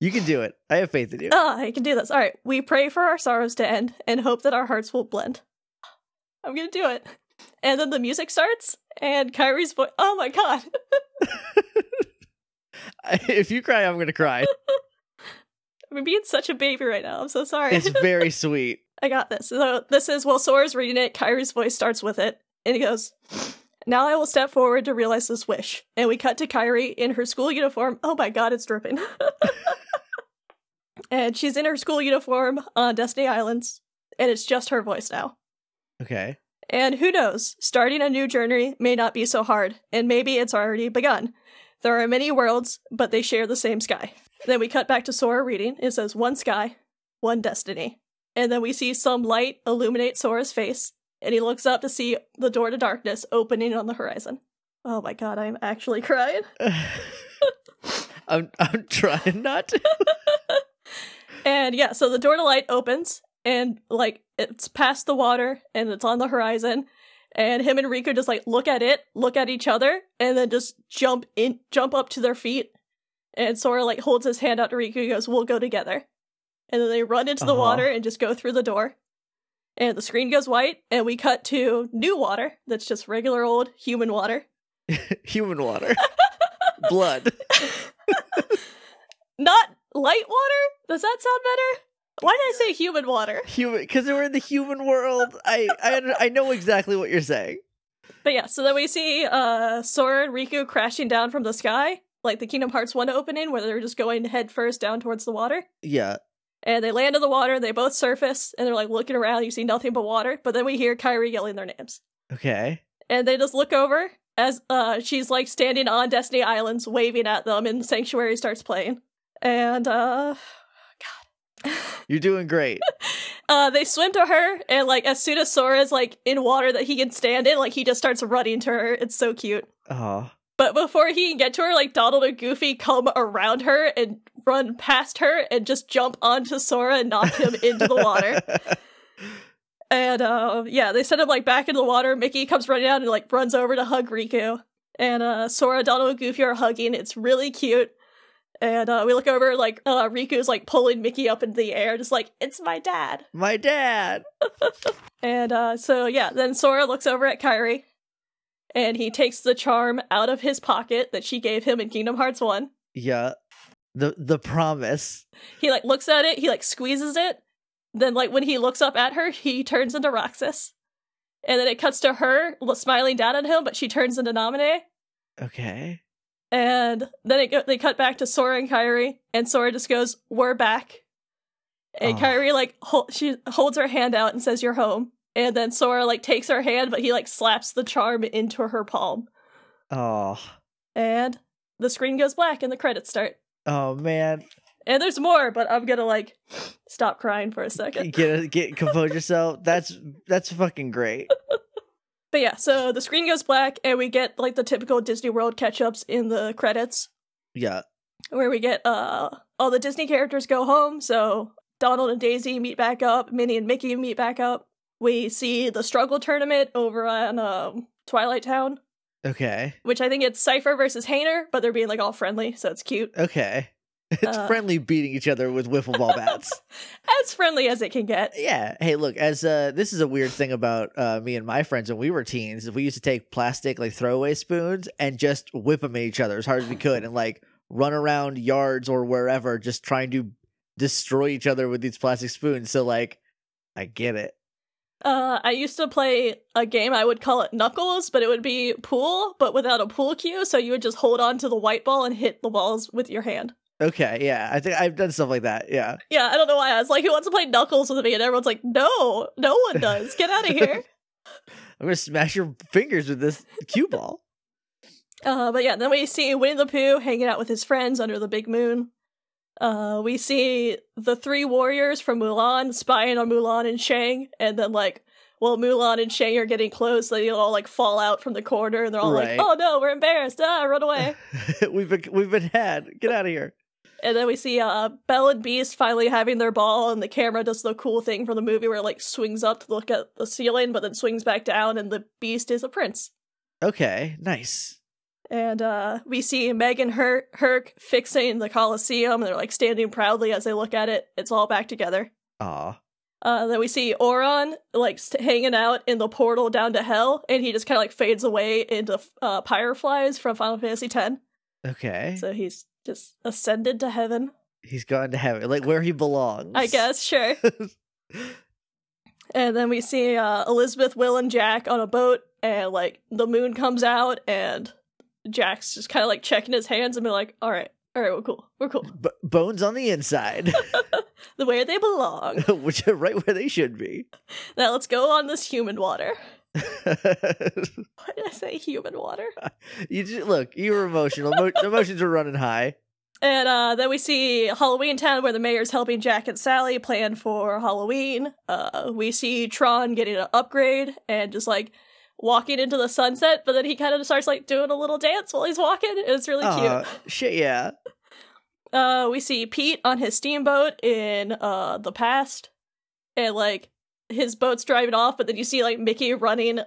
[SPEAKER 2] You can do it. I have faith in you.
[SPEAKER 1] Oh, I can do this. All right. We pray for our sorrows to end and hope that our hearts will blend. I'm going to do it. And then the music starts and Kyrie's voice. Oh, my God.
[SPEAKER 2] if you cry, I'm gonna cry.
[SPEAKER 1] I'm being such a baby right now. I'm so sorry.
[SPEAKER 2] It's very sweet.
[SPEAKER 1] I got this. So this is while Sora's reading it, Kyrie's voice starts with it, and he goes, Now I will step forward to realize this wish. And we cut to Kyrie in her school uniform. Oh my god, it's dripping. and she's in her school uniform on Destiny Islands, and it's just her voice now.
[SPEAKER 2] Okay.
[SPEAKER 1] And who knows, starting a new journey may not be so hard, and maybe it's already begun. There are many worlds, but they share the same sky. Then we cut back to Sora reading. It says, One sky, one destiny. And then we see some light illuminate Sora's face, and he looks up to see the door to darkness opening on the horizon. Oh my god, I am actually crying.
[SPEAKER 2] I'm I'm trying not to.
[SPEAKER 1] And yeah, so the door to light opens, and like it's past the water, and it's on the horizon. And him and Riku just like look at it, look at each other, and then just jump in, jump up to their feet. And Sora like holds his hand out to Riku, and goes, "We'll go together." And then they run into the
[SPEAKER 2] Uh-huh.
[SPEAKER 1] water and just go through the door. And the screen goes white, and we cut to new water that's just regular old human water.
[SPEAKER 2] Human water. Blood.
[SPEAKER 1] Not light water? Does that sound better? Why did I say human water?
[SPEAKER 2] Human because we're in the human world. I, I I know exactly what you're saying.
[SPEAKER 1] But yeah, so then we see uh Sora and Riku crashing down from the sky, like the Kingdom Hearts 1 opening, where they're just going head first down towards the water.
[SPEAKER 2] Yeah.
[SPEAKER 1] And they land in the water, they both surface, and they're like looking around, you see nothing but water, but then we hear Kyrie yelling their names.
[SPEAKER 2] Okay.
[SPEAKER 1] And they just look over as uh she's like standing on Destiny Islands waving at them and Sanctuary starts playing. And uh
[SPEAKER 2] You're doing great.
[SPEAKER 1] uh they swim to her and like as soon as Sora is like in water that he can stand in, like he just starts running to her. It's so cute.
[SPEAKER 2] Oh.
[SPEAKER 1] But before he can get to her, like Donald and Goofy come around her and run past her and just jump onto Sora and knock him into the water. And uh, yeah, they send him like back into the water. Mickey comes running out and like runs over to hug Riku. And uh, Sora, Donald, and Goofy are hugging. It's really cute. And uh, we look over, like uh, Riku's like pulling Mickey up into the air, just like it's my dad.
[SPEAKER 2] My dad.
[SPEAKER 1] And uh, so yeah, then Sora looks over at Kairi, and he takes the charm out of his pocket that she gave him in Kingdom Hearts One.
[SPEAKER 2] Yeah. The the promise.
[SPEAKER 1] He like looks at it, he like squeezes it. Then like when he looks up at her, he turns into Roxas. And then it cuts to her l- smiling down at him, but she turns into Naminé.
[SPEAKER 2] Okay.
[SPEAKER 1] And then it go- they cut back to Sora and Kairi, and Sora just goes, "We're back." And
[SPEAKER 2] Ah.
[SPEAKER 1] Kairi like hol- she holds her hand out and says, "You're home." And then Sora like takes her hand, but he like slaps the charm into her palm.
[SPEAKER 2] Oh.
[SPEAKER 1] And the screen goes black and the credits start.
[SPEAKER 2] Oh man.
[SPEAKER 1] And there's more, but I'm gonna like stop crying for a second.
[SPEAKER 2] Get get compose yourself. That's that's fucking great.
[SPEAKER 1] But yeah, so the screen goes black, and we get like the typical Disney World catch ups in the credits,
[SPEAKER 2] Yeah.
[SPEAKER 1] where we get uh all the Disney characters go home. So Donald and Daisy meet back up, Minnie and Mickey meet back up. We see the struggle tournament over on um, Twilight Town,
[SPEAKER 2] Okay.
[SPEAKER 1] which I think it's Cipher versus Hainer, but they're being like all friendly, so it's cute,
[SPEAKER 2] Okay. It's
[SPEAKER 1] Uh.
[SPEAKER 2] friendly beating each other with wiffle ball bats.
[SPEAKER 1] as friendly as it can get.
[SPEAKER 2] Yeah. Hey, look, as uh this is a weird thing about uh me and my friends when we were teens, is we used to take plastic like throwaway spoons and just whip them at each other as hard as we could and like run around yards or wherever just trying to destroy each other with these plastic spoons. So like I get it.
[SPEAKER 1] Uh, I used to play a game, I would call it Knuckles, but it would be pool, but without a pool cue, so you would just hold on to the white ball and hit the balls with your hand.
[SPEAKER 2] Okay, yeah. I think I've done stuff like that. Yeah.
[SPEAKER 1] Yeah, I don't know why. I was like, who wants to play Knuckles with me? And everyone's like, no, no one does. Get out of here.
[SPEAKER 2] I'm gonna smash your fingers with this cue ball.
[SPEAKER 1] Uh, but yeah, then we see Winnie the Pooh hanging out with his friends under the big moon. Uh, we see the three warriors from Mulan spying on Mulan and Shang, and then like, while Mulan and Shang are getting close, they all like fall out from the corner, and they're all
[SPEAKER 2] Right.
[SPEAKER 1] like, "Oh no, we're embarrassed! Ah, run away!"
[SPEAKER 2] we've been we've been had. Get out of here.
[SPEAKER 1] and then we see uh, Belle and Beast finally having their ball, and the camera does the cool thing from the movie where it like swings up to look at the ceiling, but then swings back down, and the Beast is a prince.
[SPEAKER 2] Okay, nice.
[SPEAKER 1] And uh, we see Meg and Her- Herc fixing the Colosseum. They're like standing proudly as they look at it. It's all back together.
[SPEAKER 2] Aw.
[SPEAKER 1] Uh, then we see Oron like st- hanging out in the portal down to hell, and he just kind of like fades away into uh, Pyreflies from Final Fantasy X.
[SPEAKER 2] Okay.
[SPEAKER 1] So he's just ascended to heaven,
[SPEAKER 2] He's gone to heaven, like where he belongs.
[SPEAKER 1] I guess. Sure. and then we see uh, Elizabeth, Will, and Jack on a boat, and like the moon comes out, and Jack's just kind of like checking his hands and be like, "All right, all right, we're cool, we're cool."
[SPEAKER 2] B- bones on the inside,
[SPEAKER 1] the way they belong.
[SPEAKER 2] which are right where they should be.
[SPEAKER 1] Now let's go on this human water. Why did I say human water?
[SPEAKER 2] you just, look, you were emotional. Emo- emotions are running high.
[SPEAKER 1] And uh, then we see Halloween Town, where the mayor's helping Jack and Sally plan for Halloween. Uh, we see Tron getting an upgrade and just like walking into the sunset, but then he kind of starts like doing a little dance while he's walking. It's really
[SPEAKER 2] Aw, shit, yeah.
[SPEAKER 1] cute. Uh, we see Pete on his steamboat in uh, the past, and like his boat's driving off, but then you see like Mickey running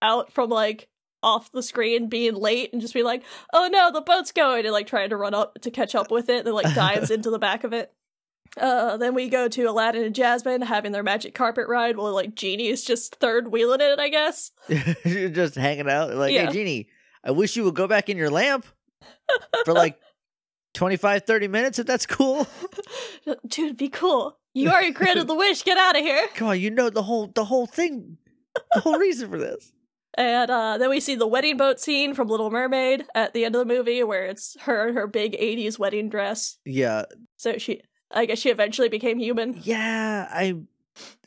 [SPEAKER 1] out from like off the screen being late and just be like, oh no, the boat's going and like trying to run up to catch up with it and like dives into the back of it. Uh then we go to Aladdin and Jasmine having their magic carpet ride while like Genie is just third wheeling it, I guess.
[SPEAKER 2] You're just hanging out. Like,
[SPEAKER 1] Yeah.
[SPEAKER 2] hey, Genie, I wish you would go back in your lamp for like 25, 30 minutes, if that's cool.
[SPEAKER 1] Dude, be cool. You already granted the wish, get out of here.
[SPEAKER 2] Come on, you know the whole the whole thing, the whole reason for this.
[SPEAKER 1] And uh, then we see the wedding boat scene from Little Mermaid at the end of the movie where it's her in her big 80s wedding dress.
[SPEAKER 2] Yeah,
[SPEAKER 1] So she, I guess she eventually became human.
[SPEAKER 2] yeah. I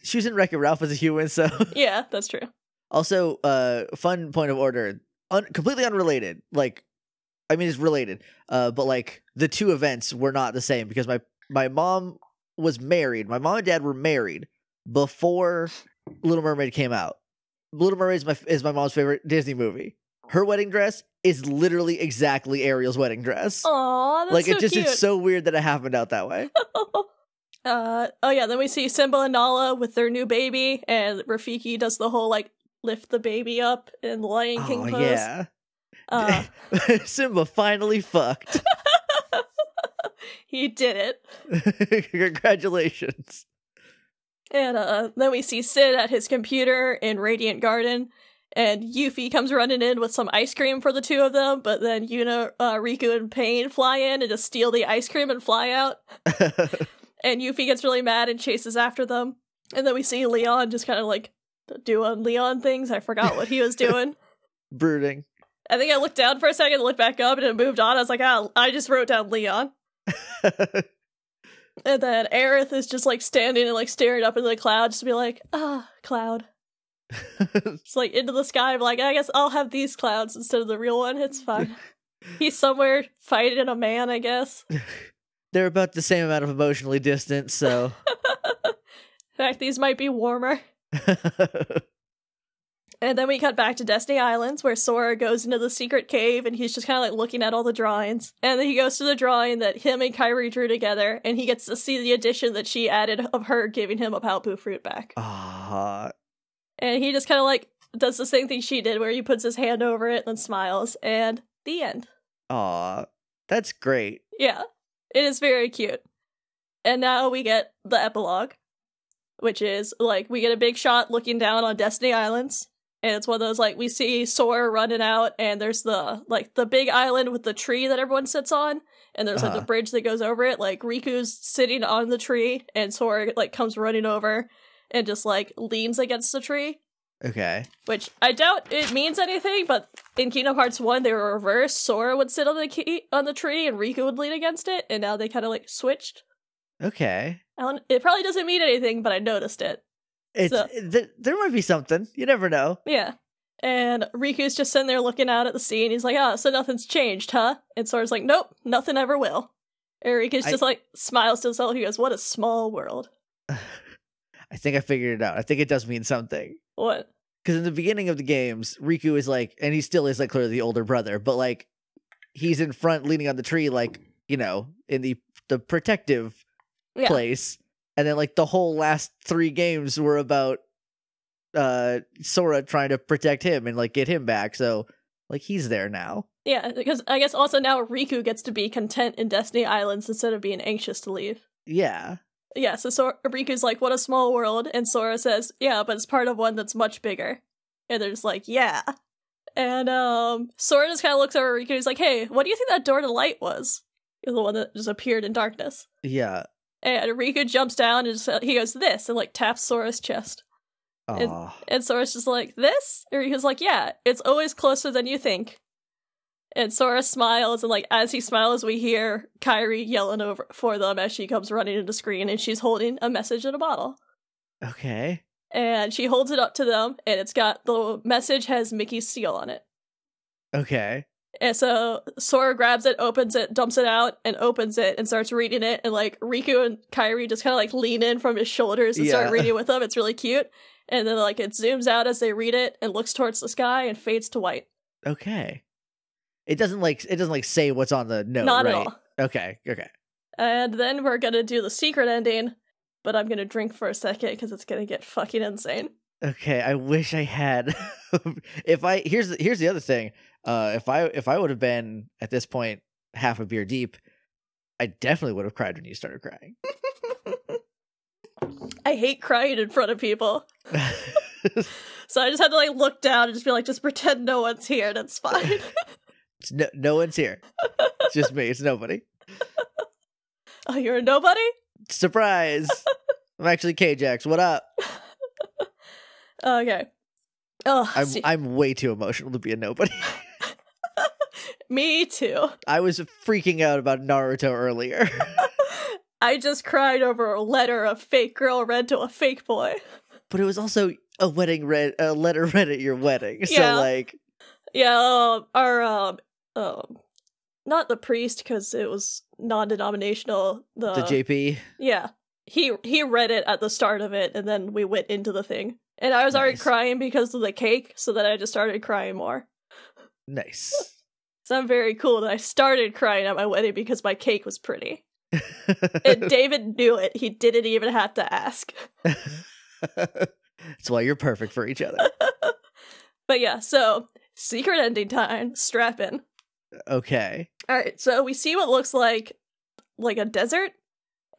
[SPEAKER 2] she was in Wreck It Ralph as a human, so
[SPEAKER 1] Yeah, that's true.
[SPEAKER 2] Also, uh, fun point of order, un- completely unrelated. Like, I mean, it's related, uh, but like the two events were not the same because my my mom was married. My mom and dad were married before Little Mermaid came out. Little Mermaid is my is my mom's favorite Disney movie. Her wedding dress is literally exactly Ariel's wedding dress.
[SPEAKER 1] Aw, Oh, that's
[SPEAKER 2] like
[SPEAKER 1] so
[SPEAKER 2] it just
[SPEAKER 1] cute.
[SPEAKER 2] it's so weird that it happened out that way.
[SPEAKER 1] uh, oh yeah, then we see Simba and Nala with their new baby, and Rafiki does the whole like lift the baby up in the Lion King
[SPEAKER 2] oh
[SPEAKER 1] pose.
[SPEAKER 2] yeah,
[SPEAKER 1] Uh,
[SPEAKER 2] Simba finally fucked.
[SPEAKER 1] he did it.
[SPEAKER 2] Congratulations.
[SPEAKER 1] And uh, then we see Sid at his computer in Radiant Garden, and Yuffie comes running in with some ice cream for the two of them. But then Yuna, uh, Riku, and Pain fly in and just steal the ice cream and fly out. And Yuffie gets really mad and chases after them. And then we see Leon just kind of like doing Leon things. I forgot what he was doing.
[SPEAKER 2] brooding.
[SPEAKER 1] I think I looked down for a second, looked back up, and it moved on. I was like, ah, I just wrote down Leon. And then Aerith is just like standing and like staring up into the clouds to be like, ah, cloud. It's like into the sky. I'm like, I guess I'll have these clouds instead of the real one. It's fine. He's somewhere fighting a man, I guess.
[SPEAKER 2] They're about the same amount of emotionally distant, so
[SPEAKER 1] In fact, these might be warmer. And then we cut back to Destiny Islands, where Sora goes into the secret cave and he's just kind of like looking at all the drawings. And then he goes to the drawing that him and Kyrie drew together, and he gets to see the addition that she added of her giving him a Palpu fruit back.
[SPEAKER 2] ah,
[SPEAKER 1] And he just kind of like does the same thing she did, where he puts his hand over it and then smiles, and the end.
[SPEAKER 2] aw, that's great.
[SPEAKER 1] Yeah, it is very cute. And now we get the epilogue, which is like we get a big shot looking down on Destiny Islands. And it's one of those like we see Sora running out, and there's the like the big island with the tree that everyone sits on, and there's like
[SPEAKER 2] Uh-huh.
[SPEAKER 1] the bridge that goes over it. Like Riku's sitting on the tree, and Sora like comes running over and just like leans against the tree,
[SPEAKER 2] Okay.
[SPEAKER 1] which I doubt it means anything, but in Kingdom Hearts 1, they were reversed. Sora would sit on the key, on the tree and Riku would lean against it, and now they kind of like switched.
[SPEAKER 2] Okay.
[SPEAKER 1] I don't, it probably doesn't mean anything, but I noticed it.
[SPEAKER 2] It's eh,
[SPEAKER 1] So-
[SPEAKER 2] th- there might be something. You never know.
[SPEAKER 1] Yeah. And Riku's just sitting there looking out at the sea, and he's like, oh, so nothing's changed, huh? And Sora's like, nope, nothing ever will. And Riku's
[SPEAKER 2] I-
[SPEAKER 1] just like, smiles to himself. He goes, what a small world.
[SPEAKER 2] I think I figured it out. I think it does mean something.
[SPEAKER 1] What?
[SPEAKER 2] Because in the beginning of the games, Riku is like, and he still is like clearly the older brother, but like he's in front leaning on the tree, like, you know, in the the protective
[SPEAKER 1] Yeah.
[SPEAKER 2] place. And then like the whole last three games were about uh Sora trying to protect him and like get him back. So like he's there now.
[SPEAKER 1] Yeah, because I guess also now Riku gets to be content in Destiny Islands instead of being anxious to leave.
[SPEAKER 2] Yeah.
[SPEAKER 1] Yeah, so Sor- Riku's like, what a small world. And Sora says, yeah, but it's part of one that's much bigger. And they're just like, yeah. And um, Sora just kind of looks over at Riku and he's like, hey, what do you think that door to light was? The one that just appeared in darkness.
[SPEAKER 2] Yeah.
[SPEAKER 1] And Riku jumps down and just, he goes, this, and like taps Sora's chest. It-
[SPEAKER 2] Aw.
[SPEAKER 1] And Sora's just like, this? And Riku's like, yeah, it's always closer than you think. And Sora smiles, and like as he smiles, we hear Kyrie yelling over for them as she comes running into screen, and she's holding a message in a bottle.
[SPEAKER 2] Okay.
[SPEAKER 1] and she holds it up to them and it's got the message has mickey's seal on it
[SPEAKER 2] Okay.
[SPEAKER 1] and so sora grabs it opens it dumps it out and opens it and starts reading it and like riku and kairi just kind of like lean in from his shoulders and
[SPEAKER 2] Yeah.
[SPEAKER 1] start reading with them it's really cute and then like it zooms out as they read it and looks towards the sky and fades to white
[SPEAKER 2] Okay. It doesn't like it doesn't like say what's on the note.
[SPEAKER 1] not
[SPEAKER 2] right?
[SPEAKER 1] at all
[SPEAKER 2] Okay. Okay.
[SPEAKER 1] and then we're gonna do the secret ending but i'm gonna drink for a second because it's gonna get fucking insane
[SPEAKER 2] Okay, I wish I had. if I here's the- here's the other thing. Uh, if I if I would have been at this point half a beer deep, I definitely would have cried when you started crying.
[SPEAKER 1] i hate crying in front of people So I just had to like look down and just be like, just pretend no one's here and it's fine.
[SPEAKER 2] It's no, no one's here. It's just me. It's nobody.
[SPEAKER 1] oh, you're a nobody?
[SPEAKER 2] Surprise! I'm actually KJax. What up?
[SPEAKER 1] Okay. Oh,
[SPEAKER 2] I'm I'm way too emotional to be a nobody.
[SPEAKER 1] me too.
[SPEAKER 2] I was freaking out about Naruto earlier.
[SPEAKER 1] I just cried over a letter a fake girl read to a fake boy.
[SPEAKER 2] but it was also a wedding read a letter read at your wedding.
[SPEAKER 1] Yeah.
[SPEAKER 2] So like
[SPEAKER 1] Yeah, um, our um, um, not the priest because it was non-denominational. The,
[SPEAKER 2] the JP.
[SPEAKER 1] yeah, he he read it at the start of it, and then we went into the thing. And I was already
[SPEAKER 2] Nice.
[SPEAKER 1] crying because of the cake, so then I just started crying more.
[SPEAKER 2] Nice.
[SPEAKER 1] So I'm very cool that I started crying at my wedding because my cake was pretty. And David knew it. He didn't even have to ask.
[SPEAKER 2] That's why you're perfect for each other.
[SPEAKER 1] But yeah, so secret ending time, strap in.
[SPEAKER 2] Okay.
[SPEAKER 1] All right, so we see what looks like like a desert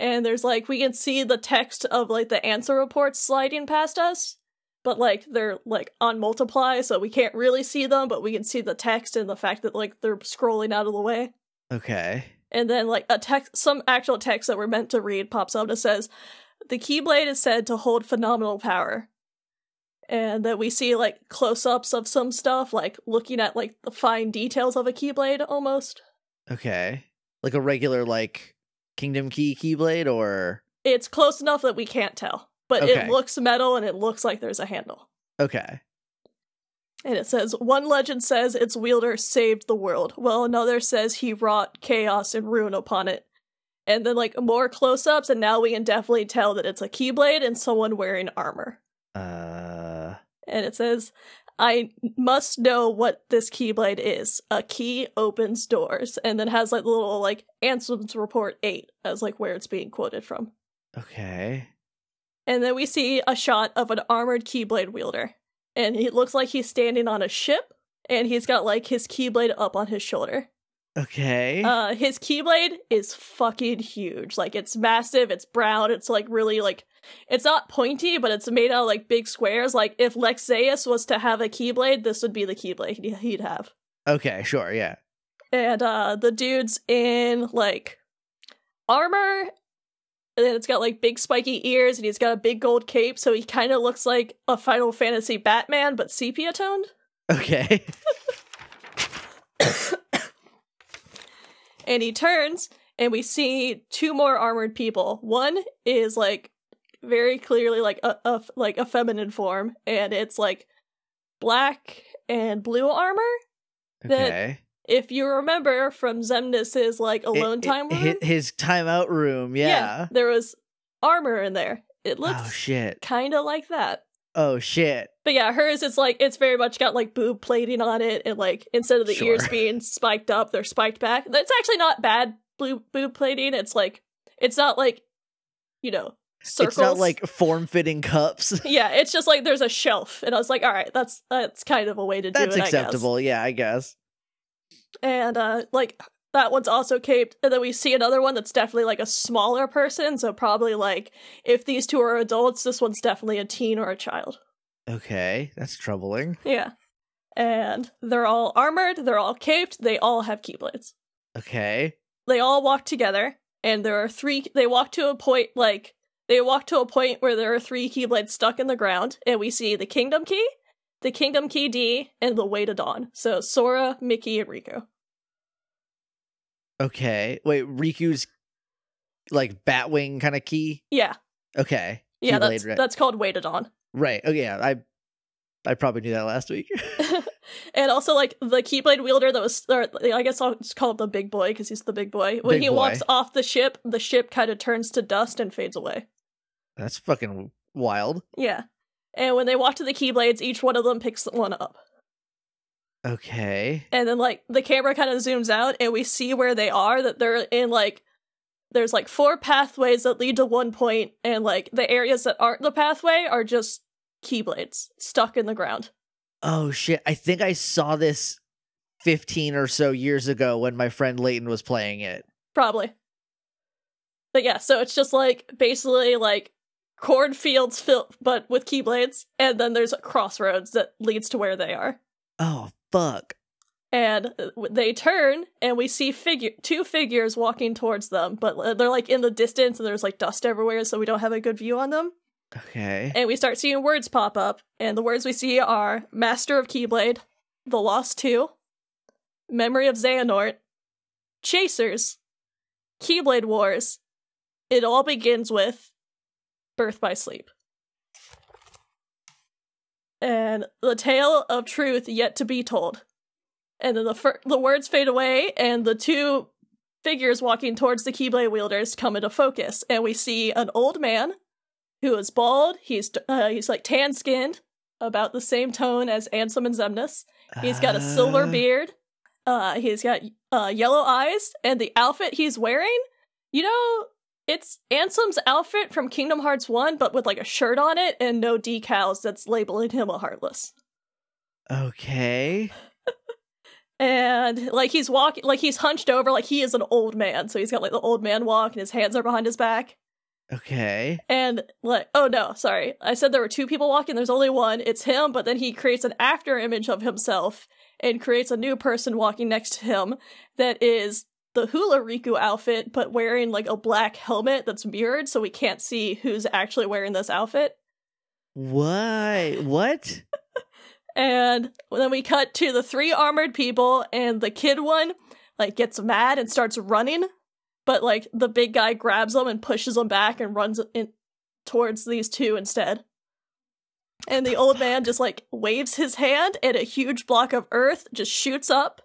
[SPEAKER 1] and there's like we can see the text of like the answer reports sliding past us, but like they're like on multiply so we can't really see them, but we can see the text and the fact that like they're scrolling out of the way.
[SPEAKER 2] Okay.
[SPEAKER 1] and then like a text some actual text that we're meant to read pops up and says the keyblade is said to hold phenomenal power and then we see like close-ups of some stuff like looking at like the fine details of a keyblade almost
[SPEAKER 2] Okay. Like a regular like Kingdom Key Keyblade or
[SPEAKER 1] it's close enough that we can't tell but it
[SPEAKER 2] Okay.
[SPEAKER 1] looks metal and it looks like there's a handle
[SPEAKER 2] Okay.
[SPEAKER 1] and it says one legend says its wielder saved the world while another says he wrought chaos and ruin upon it and then like more close-ups and now we can definitely tell that it's a keyblade and someone wearing armor
[SPEAKER 2] Uh
[SPEAKER 1] and it says, I must know what this keyblade is. A key opens doors, and then has like the little like Ansem's report eight as like where it's being quoted from.
[SPEAKER 2] okay.
[SPEAKER 1] And then we see a shot of an armored keyblade wielder. And he looks like he's standing on a ship, and he's got like his keyblade up on his shoulder.
[SPEAKER 2] Okay.
[SPEAKER 1] Uh his keyblade is fucking huge. Like it's massive, it's brown, it's like really like it's not pointy, but it's made out of like big squares. Like if Lexaeus was to have a keyblade, this would be the keyblade he- he'd have.
[SPEAKER 2] okay, sure, yeah.
[SPEAKER 1] And uh the dude's in like armor and then it's got like big spiky ears, and he's got a big gold cape, so he kind of looks like a Final Fantasy Batman, but sepia toned.
[SPEAKER 2] Okay.
[SPEAKER 1] And he turns, and we see two more armored people. One is like very clearly like a, a like a feminine form, and it's like black and blue armor. That-
[SPEAKER 2] Okay.
[SPEAKER 1] If you remember from Zemnis's like alone
[SPEAKER 2] It- it-
[SPEAKER 1] time
[SPEAKER 2] hi-
[SPEAKER 1] room,
[SPEAKER 2] His timeout room. Yeah.
[SPEAKER 1] there was armor in there. It
[SPEAKER 2] Oh
[SPEAKER 1] looks
[SPEAKER 2] shit.
[SPEAKER 1] kind of like that.
[SPEAKER 2] Oh shit.
[SPEAKER 1] But yeah, hers it's like it's very much got like boob plating on it, and like instead of the
[SPEAKER 2] Sure.
[SPEAKER 1] ears being spiked up, they're spiked back. That's actually not bad boob boob plating. It's like it's not like you know circles.
[SPEAKER 2] It's not like form-fitting cups.
[SPEAKER 1] yeah, it's just like there's a shelf, and I was like, all right, that's that's kind of a way to do it.
[SPEAKER 2] That's
[SPEAKER 1] I guess.
[SPEAKER 2] acceptable. Yeah, I guess.
[SPEAKER 1] and uh like that one's also caped and then we see another one that's definitely like a smaller person so probably like if these two are adults this one's definitely a teen or a child
[SPEAKER 2] Okay, that's troubling.
[SPEAKER 1] yeah and they're all armored they're all caped they all have keyblades
[SPEAKER 2] Okay.
[SPEAKER 1] they all walk together and there are three they walk to a point like they walk to a point where there are three keyblades stuck in the ground and we see the kingdom key the kingdom key d and the way to dawn so sora mickey and riku
[SPEAKER 2] Okay. Wait, Riku's like Batwing kind of key.
[SPEAKER 1] yeah
[SPEAKER 2] Okay.
[SPEAKER 1] yeah
[SPEAKER 2] Keyblade,
[SPEAKER 1] that's
[SPEAKER 2] right.
[SPEAKER 1] that's called way to dawn
[SPEAKER 2] Right. Oh yeah. I I probably knew that last week.
[SPEAKER 1] and also like the keyblade wielder that was or, i guess i'll just call him the big boy because he's the big boy when
[SPEAKER 2] Big
[SPEAKER 1] he
[SPEAKER 2] boy.
[SPEAKER 1] walks off the ship the ship kind of turns to dust and fades away
[SPEAKER 2] That's fucking wild.
[SPEAKER 1] yeah and when they walk to the keyblades each one of them picks one up
[SPEAKER 2] Okay.
[SPEAKER 1] and then like the camera kind of zooms out and we see where they are that they're in like there's like four pathways that lead to one point and like the areas that aren't the pathway are just keyblades stuck in the ground
[SPEAKER 2] Oh shit. I think I saw this 15 or so years ago when my friend Leighton was playing it.
[SPEAKER 1] Probably. But yeah, so it's just like basically like cornfields filled but with keyblades, and then there's crossroads that leads to where they are.
[SPEAKER 2] Oh fuck.
[SPEAKER 1] And uh, w- they turn, and we see figure two figures walking towards them, but uh, they're like in the distance, and there's like dust everywhere, so we don't have a good view on them.
[SPEAKER 2] Okay.
[SPEAKER 1] And we start seeing words pop up, and the words we see are Master of Keyblade, The Lost Two, Memory of Xehanort, Chasers, Keyblade Wars. It all begins with Birth by Sleep. And the tale of truth yet to be told. And then the fir- the words fade away, and the two figures walking towards the Keyblade wielders come into focus, and we see an old man who is bald. He's uh, he's like tan skinned, about the same tone as Ansem and Zemnis. He's got a silver
[SPEAKER 2] Uh,
[SPEAKER 1] beard. Uh, he's got uh yellow eyes, and the outfit he's wearing, you know, it's Ansem's outfit from Kingdom Hearts One, but with like a shirt on it and no decals. That's labeling him a heartless.
[SPEAKER 2] Okay.
[SPEAKER 1] And like he's walking, like he's hunched over, like he is an old man. So he's got like the old man walk, and his hands are behind his back.
[SPEAKER 2] Okay.
[SPEAKER 1] And like, oh no, sorry. I said there were two people walking. There's only one. It's him, but then he creates an after image of himself and creates a new person walking next to him that is the Hula Riku outfit, but wearing like a black helmet that's mirrored, so we can't see who's actually wearing this outfit.
[SPEAKER 2] Why? What?
[SPEAKER 1] And then we cut to the three armored people, and the kid one like gets mad and starts running, but like the big guy grabs him and pushes him back and runs in towards these two instead. And the old man just like waves his hand, and a huge block of earth just shoots up,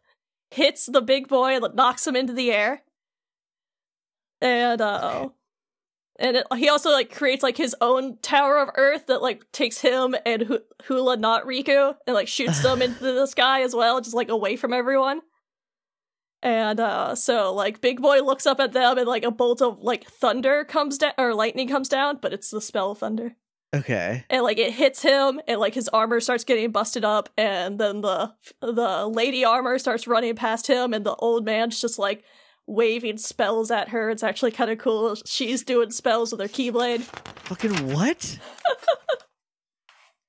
[SPEAKER 1] hits the big boy, and knocks him into the air. And uh, and it, he also like creates like his own tower of earth that like takes him and Hu- Hula, not Riku, and like shoots them into the sky as well, just like away from everyone. And uh so like Big Boy looks up at them and like a bolt of like thunder comes down or lightning comes down, but it's the spell thunder.
[SPEAKER 2] Okay.
[SPEAKER 1] And like it hits him and like his armor starts getting busted up and then the the lady armor starts running past him and the old man's just like waving spells at her. It's actually kind of cool. She's doing spells with her keyblade.
[SPEAKER 2] Fucking what?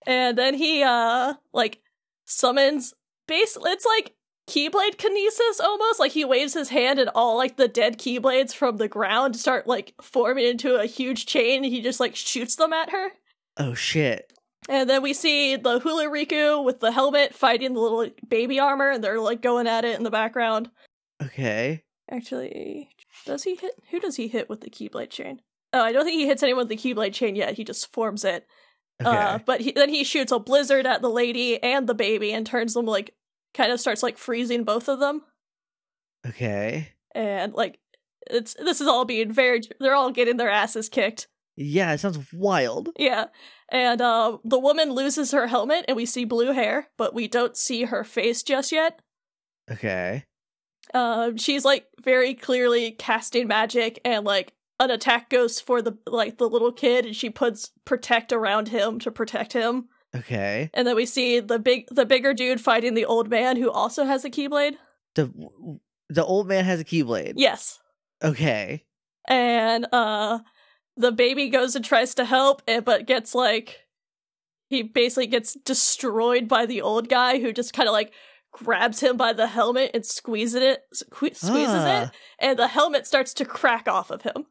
[SPEAKER 1] and then he uh like summons basically it's like keyblade kinesis almost like he waves his hand and all like the dead keyblades from the ground start like forming into a huge chain and he just like shoots them at her
[SPEAKER 2] Oh shit.
[SPEAKER 1] and then we see the hula riku with the helmet fighting the little baby armor and they're like going at it in the background
[SPEAKER 2] Okay.
[SPEAKER 1] actually does he hit who does he hit with the keyblade chain oh i don't think he hits anyone with the keyblade chain yet he just forms it
[SPEAKER 2] Okay.
[SPEAKER 1] Uh, but he, then he shoots a blizzard at the lady and the baby and turns them like kind of starts like freezing both of them.
[SPEAKER 2] okay.
[SPEAKER 1] And like it's this is all being very they're all getting their asses kicked.
[SPEAKER 2] Yeah, it sounds wild.
[SPEAKER 1] Yeah. And uh, the woman loses her helmet and we see blue hair, but we don't see her face just yet.
[SPEAKER 2] Okay.
[SPEAKER 1] Um, she's like very clearly casting magic and like an attack goes for the like the little kid and she puts protect around him to protect him.
[SPEAKER 2] Okay.
[SPEAKER 1] And then we see the big the bigger dude fighting the old man who also has a keyblade.
[SPEAKER 2] The the old man has a keyblade.
[SPEAKER 1] Yes.
[SPEAKER 2] Okay.
[SPEAKER 1] And uh the baby goes and tries to help eh, but gets like he basically gets destroyed by the old guy who just kind of like grabs him by the helmet and squeezes it sque- squeezes
[SPEAKER 2] Ah.
[SPEAKER 1] it and the helmet starts to crack off of him.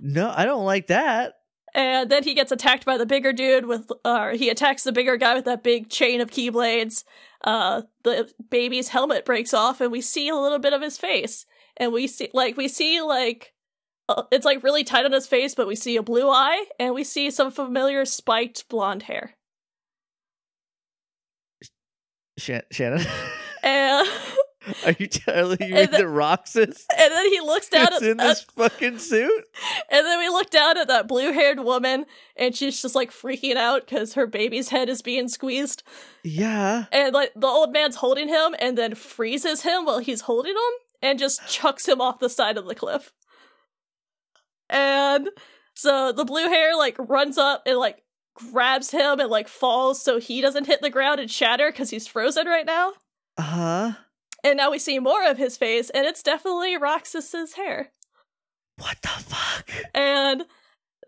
[SPEAKER 2] No, I don't like that.
[SPEAKER 1] And then he gets attacked by the bigger dude with, or he attacks the bigger guy with that big chain of keyblades. Uh, the baby's helmet breaks off, and we see a little bit of his face. And we see, like, we see, like, uh, it's like really tight on his face, but we see a blue eye, and we see some familiar spiked blonde hair.
[SPEAKER 2] Shan- Shannon,
[SPEAKER 1] And
[SPEAKER 2] are you telling me
[SPEAKER 1] And the-
[SPEAKER 2] that Roxas
[SPEAKER 1] and then he looks down at
[SPEAKER 2] is
[SPEAKER 1] uh,
[SPEAKER 2] in this fucking suit?
[SPEAKER 1] And then we look down at that blue haired woman, and she's just like freaking out because her baby's head is being squeezed.
[SPEAKER 2] Yeah.
[SPEAKER 1] and like the old man's holding him and then freezes him while he's holding him and just chucks him off the side of the cliff and so the blue hair like runs up and like grabs him and like falls so he doesn't hit the ground and shatter because he's frozen right now
[SPEAKER 2] Uh huh.
[SPEAKER 1] and now we see more of his face and it's definitely roxas's hair
[SPEAKER 2] What the fuck?
[SPEAKER 1] and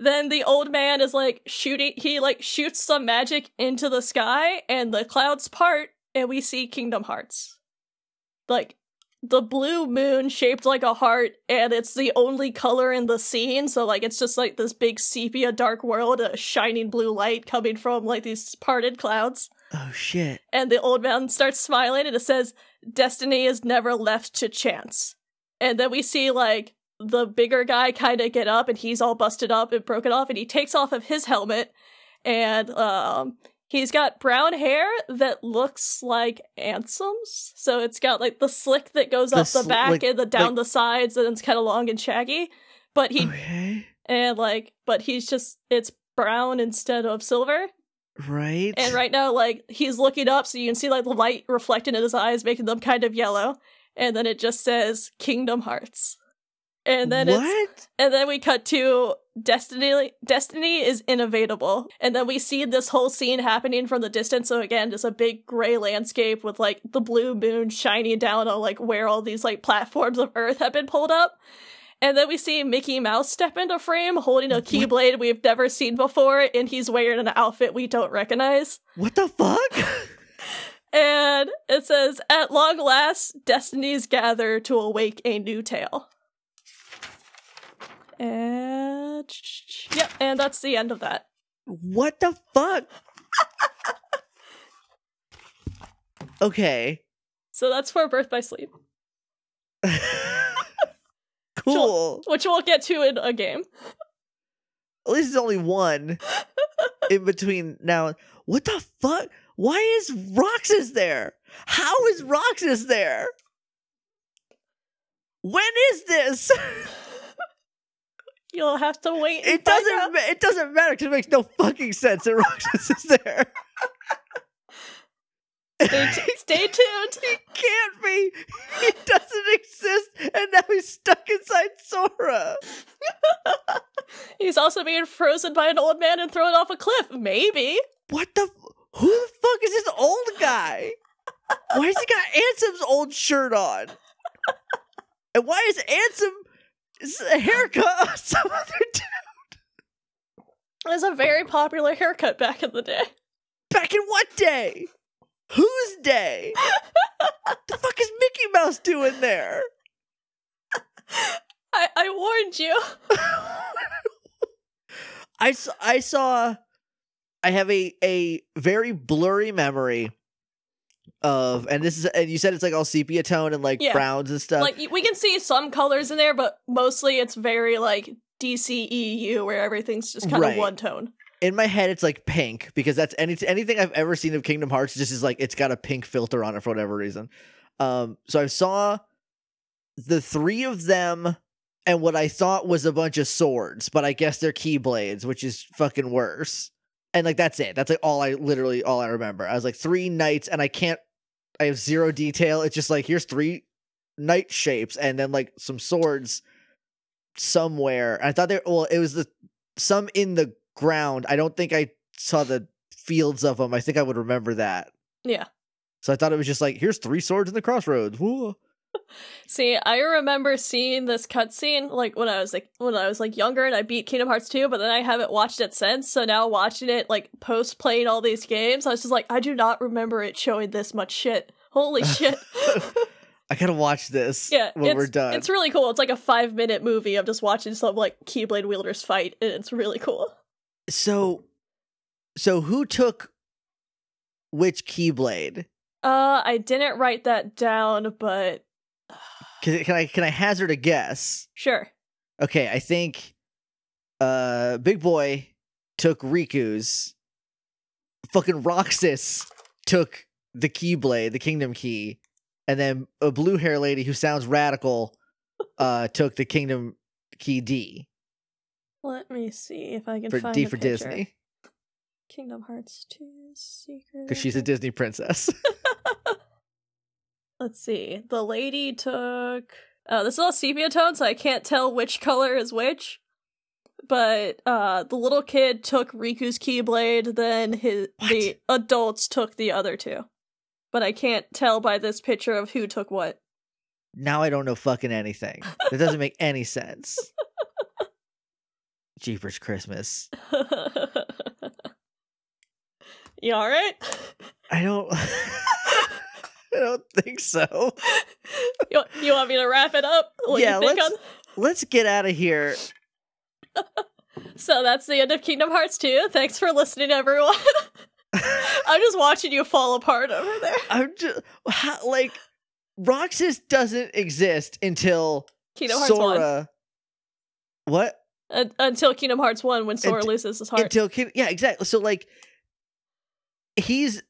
[SPEAKER 1] then the old man is like shooting he like shoots some magic into the sky and the clouds part and we see kingdom hearts like the blue moon shaped like a heart and it's the only color in the scene so like it's just like this big sepia dark world a shining blue light coming from like these parted clouds
[SPEAKER 2] Oh shit.
[SPEAKER 1] and the old man starts smiling and it says destiny is never left to chance and then we see like the bigger guy kind of get up and he's all busted up and broken off and he takes off of his helmet and um he's got brown hair that looks like anselm's so it's got like the slick that goes
[SPEAKER 2] The
[SPEAKER 1] up the
[SPEAKER 2] sl-
[SPEAKER 1] back
[SPEAKER 2] like-
[SPEAKER 1] and the down
[SPEAKER 2] like- Oh,
[SPEAKER 1] the sides and it's kind of long and shaggy but he
[SPEAKER 2] Okay.
[SPEAKER 1] and like but he's just it's brown instead of silver
[SPEAKER 2] Right.
[SPEAKER 1] and right now, like he's looking up, so you can see like the light reflected in his eyes, making them kind of yellow. And then it just says Kingdom Hearts. And then
[SPEAKER 2] what?
[SPEAKER 1] it's and then we cut to Destiny Destiny is innovatable. And then we see this whole scene happening from the distance. So again, just a big gray landscape with like the blue moon shining down on like where all these like platforms of Earth have been pulled up. And then we see Mickey Mouse step into frame holding a
[SPEAKER 2] What?
[SPEAKER 1] keyblade we've never seen before, and he's wearing an outfit we don't recognize.
[SPEAKER 2] What the fuck?
[SPEAKER 1] And it says, At long last, destinies gather to awake a new tale. And yep, and that's the end of that.
[SPEAKER 2] What the fuck? okay.
[SPEAKER 1] So that's for Birth by Sleep,
[SPEAKER 2] cool.
[SPEAKER 1] which we'll get to in a game.
[SPEAKER 2] At least it's only one in between now. and- What the fuck? Why is Roxas there? How is Roxas there? When is this?
[SPEAKER 1] You'll have to wait. and
[SPEAKER 2] It
[SPEAKER 1] find
[SPEAKER 2] doesn't.
[SPEAKER 1] out.
[SPEAKER 2] Ma- it doesn't matter because it makes no fucking sense that Roxas is there.
[SPEAKER 1] Stay, t- stay tuned.
[SPEAKER 2] can't be. He doesn't exist, and now he's stuck inside Sora.
[SPEAKER 1] He's also being frozen by an old man and thrown off a cliff. Maybe.
[SPEAKER 2] What the? f- Who the fuck is this old guy? Why has he got Ansem's old shirt on? And why is Ansem's haircut on some other dude?
[SPEAKER 1] It was a very popular haircut back in the day.
[SPEAKER 2] Back in what day? Whose day? the fuck is Mickey mouse doing there?
[SPEAKER 1] I, I warned you.
[SPEAKER 2] I s- I saw I have a a very blurry memory of and this is and you said it's like all sepia tone and like
[SPEAKER 1] Yeah.
[SPEAKER 2] browns and stuff.
[SPEAKER 1] like y- we can see some colors in there, but mostly it's very like DCEU where everything's just kind of
[SPEAKER 2] Right.
[SPEAKER 1] one tone.
[SPEAKER 2] in my head it's like pink because that's any anything I've ever seen of Kingdom Hearts just is like it's got a pink filter on it for whatever reason. Um so I saw the three of them and what I thought was a bunch of swords, but I guess they're keyblades, which is fucking worse. And like that's it. That's like all I literally all I remember. I was like three knights and I can't I have zero detail. It's just like here's three knight shapes and then like some swords somewhere. I thought they well it was the some in the ground. I don't think I saw the fields of them. I think I would remember that.
[SPEAKER 1] Yeah.
[SPEAKER 2] So I thought it was just like, here's three swords in the crossroads. Whoa.
[SPEAKER 1] See, I remember seeing this cutscene like when I was like when I was like younger and I beat Kingdom Hearts 2, but then I haven't watched it since. So now watching it like post playing all these games, I was just like, I do not remember it showing this much shit. Holy shit.
[SPEAKER 2] I gotta watch this
[SPEAKER 1] yeah.
[SPEAKER 2] when
[SPEAKER 1] it's,
[SPEAKER 2] we're done.
[SPEAKER 1] It's really cool. It's like a five minute movie of just watching some like Keyblade wielders fight, and it's really cool.
[SPEAKER 2] so so who took which keyblade?
[SPEAKER 1] Uh I didn't write that down, but
[SPEAKER 2] Can, can I can I hazard a guess?
[SPEAKER 1] sure.
[SPEAKER 2] Okay, I think uh Big Boy took Riku's. Fucking Roxas took the Keyblade, the Kingdom Key, and then a blue hair lady who sounds radical uh took the Kingdom Key D
[SPEAKER 1] Let me see if I can
[SPEAKER 2] for
[SPEAKER 1] find
[SPEAKER 2] D
[SPEAKER 1] a
[SPEAKER 2] for
[SPEAKER 1] picture.
[SPEAKER 2] Disney
[SPEAKER 1] Kingdom Hearts 2 Secret.
[SPEAKER 2] because she's a
[SPEAKER 1] Agent.
[SPEAKER 2] Disney princess.
[SPEAKER 1] Let's see. The lady took. Uh, this is all sepia tone, so I can't tell which color is which. But uh, the little kid took Riku's Keyblade, then his the adults took the other two. But I can't tell by this picture of who took what.
[SPEAKER 2] now I don't know fucking anything. That doesn't make any sense. Jeepers Christmas.
[SPEAKER 1] you all right?
[SPEAKER 2] I don't I don't think so.
[SPEAKER 1] You, you want me to wrap it up? What you
[SPEAKER 2] Yeah,
[SPEAKER 1] think
[SPEAKER 2] let's- Let's get out of here.
[SPEAKER 1] on- So that's the end of Kingdom Hearts 2. Thanks for listening, everyone. I'm just watching you fall apart over there.
[SPEAKER 2] I'm just how, like Roxas doesn't exist until
[SPEAKER 1] Kingdom Hearts 1.
[SPEAKER 2] Sora. What?
[SPEAKER 1] Un- until Kingdom Hearts 1 when Sora
[SPEAKER 2] Unt-
[SPEAKER 1] loses his heart.
[SPEAKER 2] Until Kid- yeah, exactly. So like, he's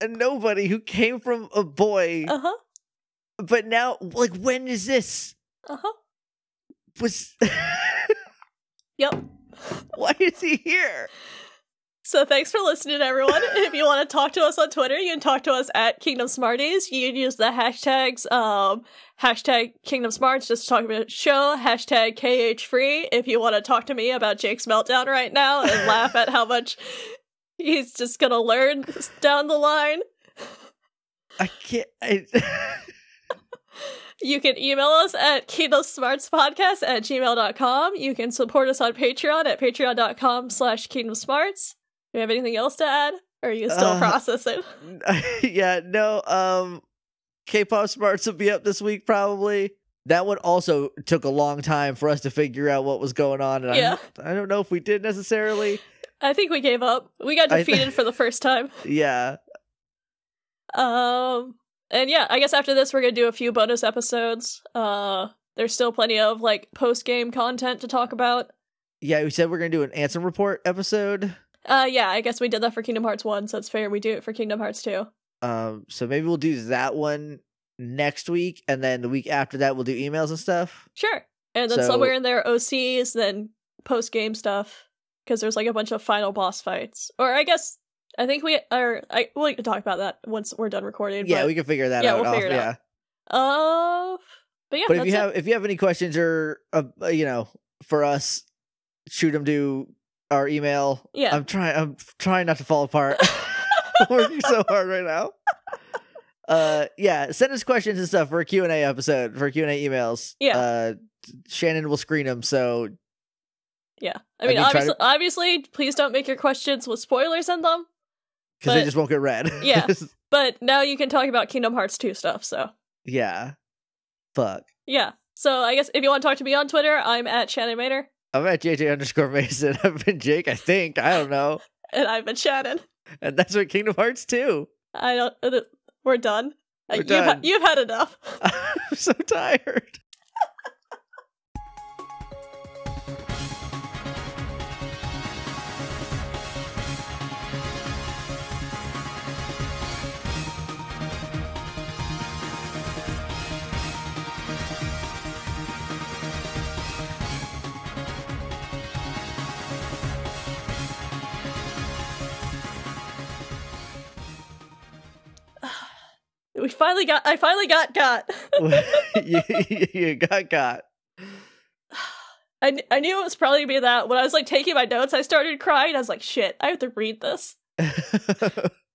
[SPEAKER 2] a nobody who came from a boy,
[SPEAKER 1] uh huh.
[SPEAKER 2] but now like when is this?
[SPEAKER 1] Uh huh.
[SPEAKER 2] Was
[SPEAKER 1] Yep.
[SPEAKER 2] why is he here?
[SPEAKER 1] So thanks for listening, everyone. if you want to talk to us on Twitter, you can talk to us at Kingdom Smarties. You can use the hashtags, um, hashtag Kingdom Smarts just to talk about the show, hashtag KH Free. If you want to talk to me about Jake's meltdown right now and laugh at how much he's just gonna learn down the line,
[SPEAKER 2] I can't. I,
[SPEAKER 1] You can email us at kingdomsmartspodcast at gmail.com. You can support us on Patreon at patreon.com slash kingdomsmarts. Do you have anything else to add? Or are you still
[SPEAKER 2] Uh,
[SPEAKER 1] processing?
[SPEAKER 2] yeah, no. Um, K-pop Smarts will be up this week probably. That one also took a long time for us to figure out what was going on, and
[SPEAKER 1] Yeah.
[SPEAKER 2] I, I don't know if we did necessarily.
[SPEAKER 1] I think we gave up. We got
[SPEAKER 2] I-
[SPEAKER 1] defeated for the first time.
[SPEAKER 2] Yeah,
[SPEAKER 1] Um, and yeah, I guess after this, we're going to do a few bonus episodes. Uh, there's still plenty of like post game content to talk about.
[SPEAKER 2] yeah. We said we're gonna do an answer report episode.
[SPEAKER 1] Uh, yeah, I guess we did that for Kingdom Hearts 1, so it's fair we do it for Kingdom Hearts 2.
[SPEAKER 2] Um, so maybe we'll do that one next week, and then the week after that we'll do emails and stuff.
[SPEAKER 1] Sure. And then
[SPEAKER 2] So-
[SPEAKER 1] somewhere in there, OCs, then post game stuff, because there's like a bunch of final boss fights. Or I guess I think we are. I we can talk about that once we're done recording.
[SPEAKER 2] yeah,
[SPEAKER 1] but,
[SPEAKER 2] we can figure that
[SPEAKER 1] yeah,
[SPEAKER 2] out.
[SPEAKER 1] we'll
[SPEAKER 2] off-
[SPEAKER 1] figure it out.
[SPEAKER 2] yeah.
[SPEAKER 1] Uh, but yeah,
[SPEAKER 2] But if
[SPEAKER 1] that's
[SPEAKER 2] you
[SPEAKER 1] it.
[SPEAKER 2] have if you have any questions or uh, uh, you know for us, shoot them to our email.
[SPEAKER 1] Yeah.
[SPEAKER 2] I'm trying. I'm trying not to fall apart. I'm working so hard right now. Uh, yeah, send us questions and stuff for a Q and A episode for Q and A emails.
[SPEAKER 1] Yeah.
[SPEAKER 2] uh, Shannon will screen them. So
[SPEAKER 1] yeah, I mean,
[SPEAKER 2] I mean, try
[SPEAKER 1] obviously, obviously, please don't make your questions with spoilers in them.
[SPEAKER 2] because they
[SPEAKER 1] But-
[SPEAKER 2] just won't get read.
[SPEAKER 1] Yeah. But now you can talk about Kingdom Hearts 2 stuff. So
[SPEAKER 2] yeah. Fuck.
[SPEAKER 1] Yeah. So I guess if you want to talk to me on Twitter, I'm at Shannon Maynor,
[SPEAKER 2] I'm at JJ underscore Mason. I've been Jake, I think. I don't know.
[SPEAKER 1] and I've been Shannon.
[SPEAKER 2] And that's what Kingdom Hearts 2.
[SPEAKER 1] I don't. uh, We're done. Uh,
[SPEAKER 2] We're
[SPEAKER 1] you've, ha-
[SPEAKER 2] done.
[SPEAKER 1] you've had enough.
[SPEAKER 2] I'm so tired.
[SPEAKER 1] We finally got. I finally got got.
[SPEAKER 2] you, you got got.
[SPEAKER 1] I, kn- I knew it was probably gonna be that. When I was like taking my notes, I started crying. I was like, shit, I have to read this.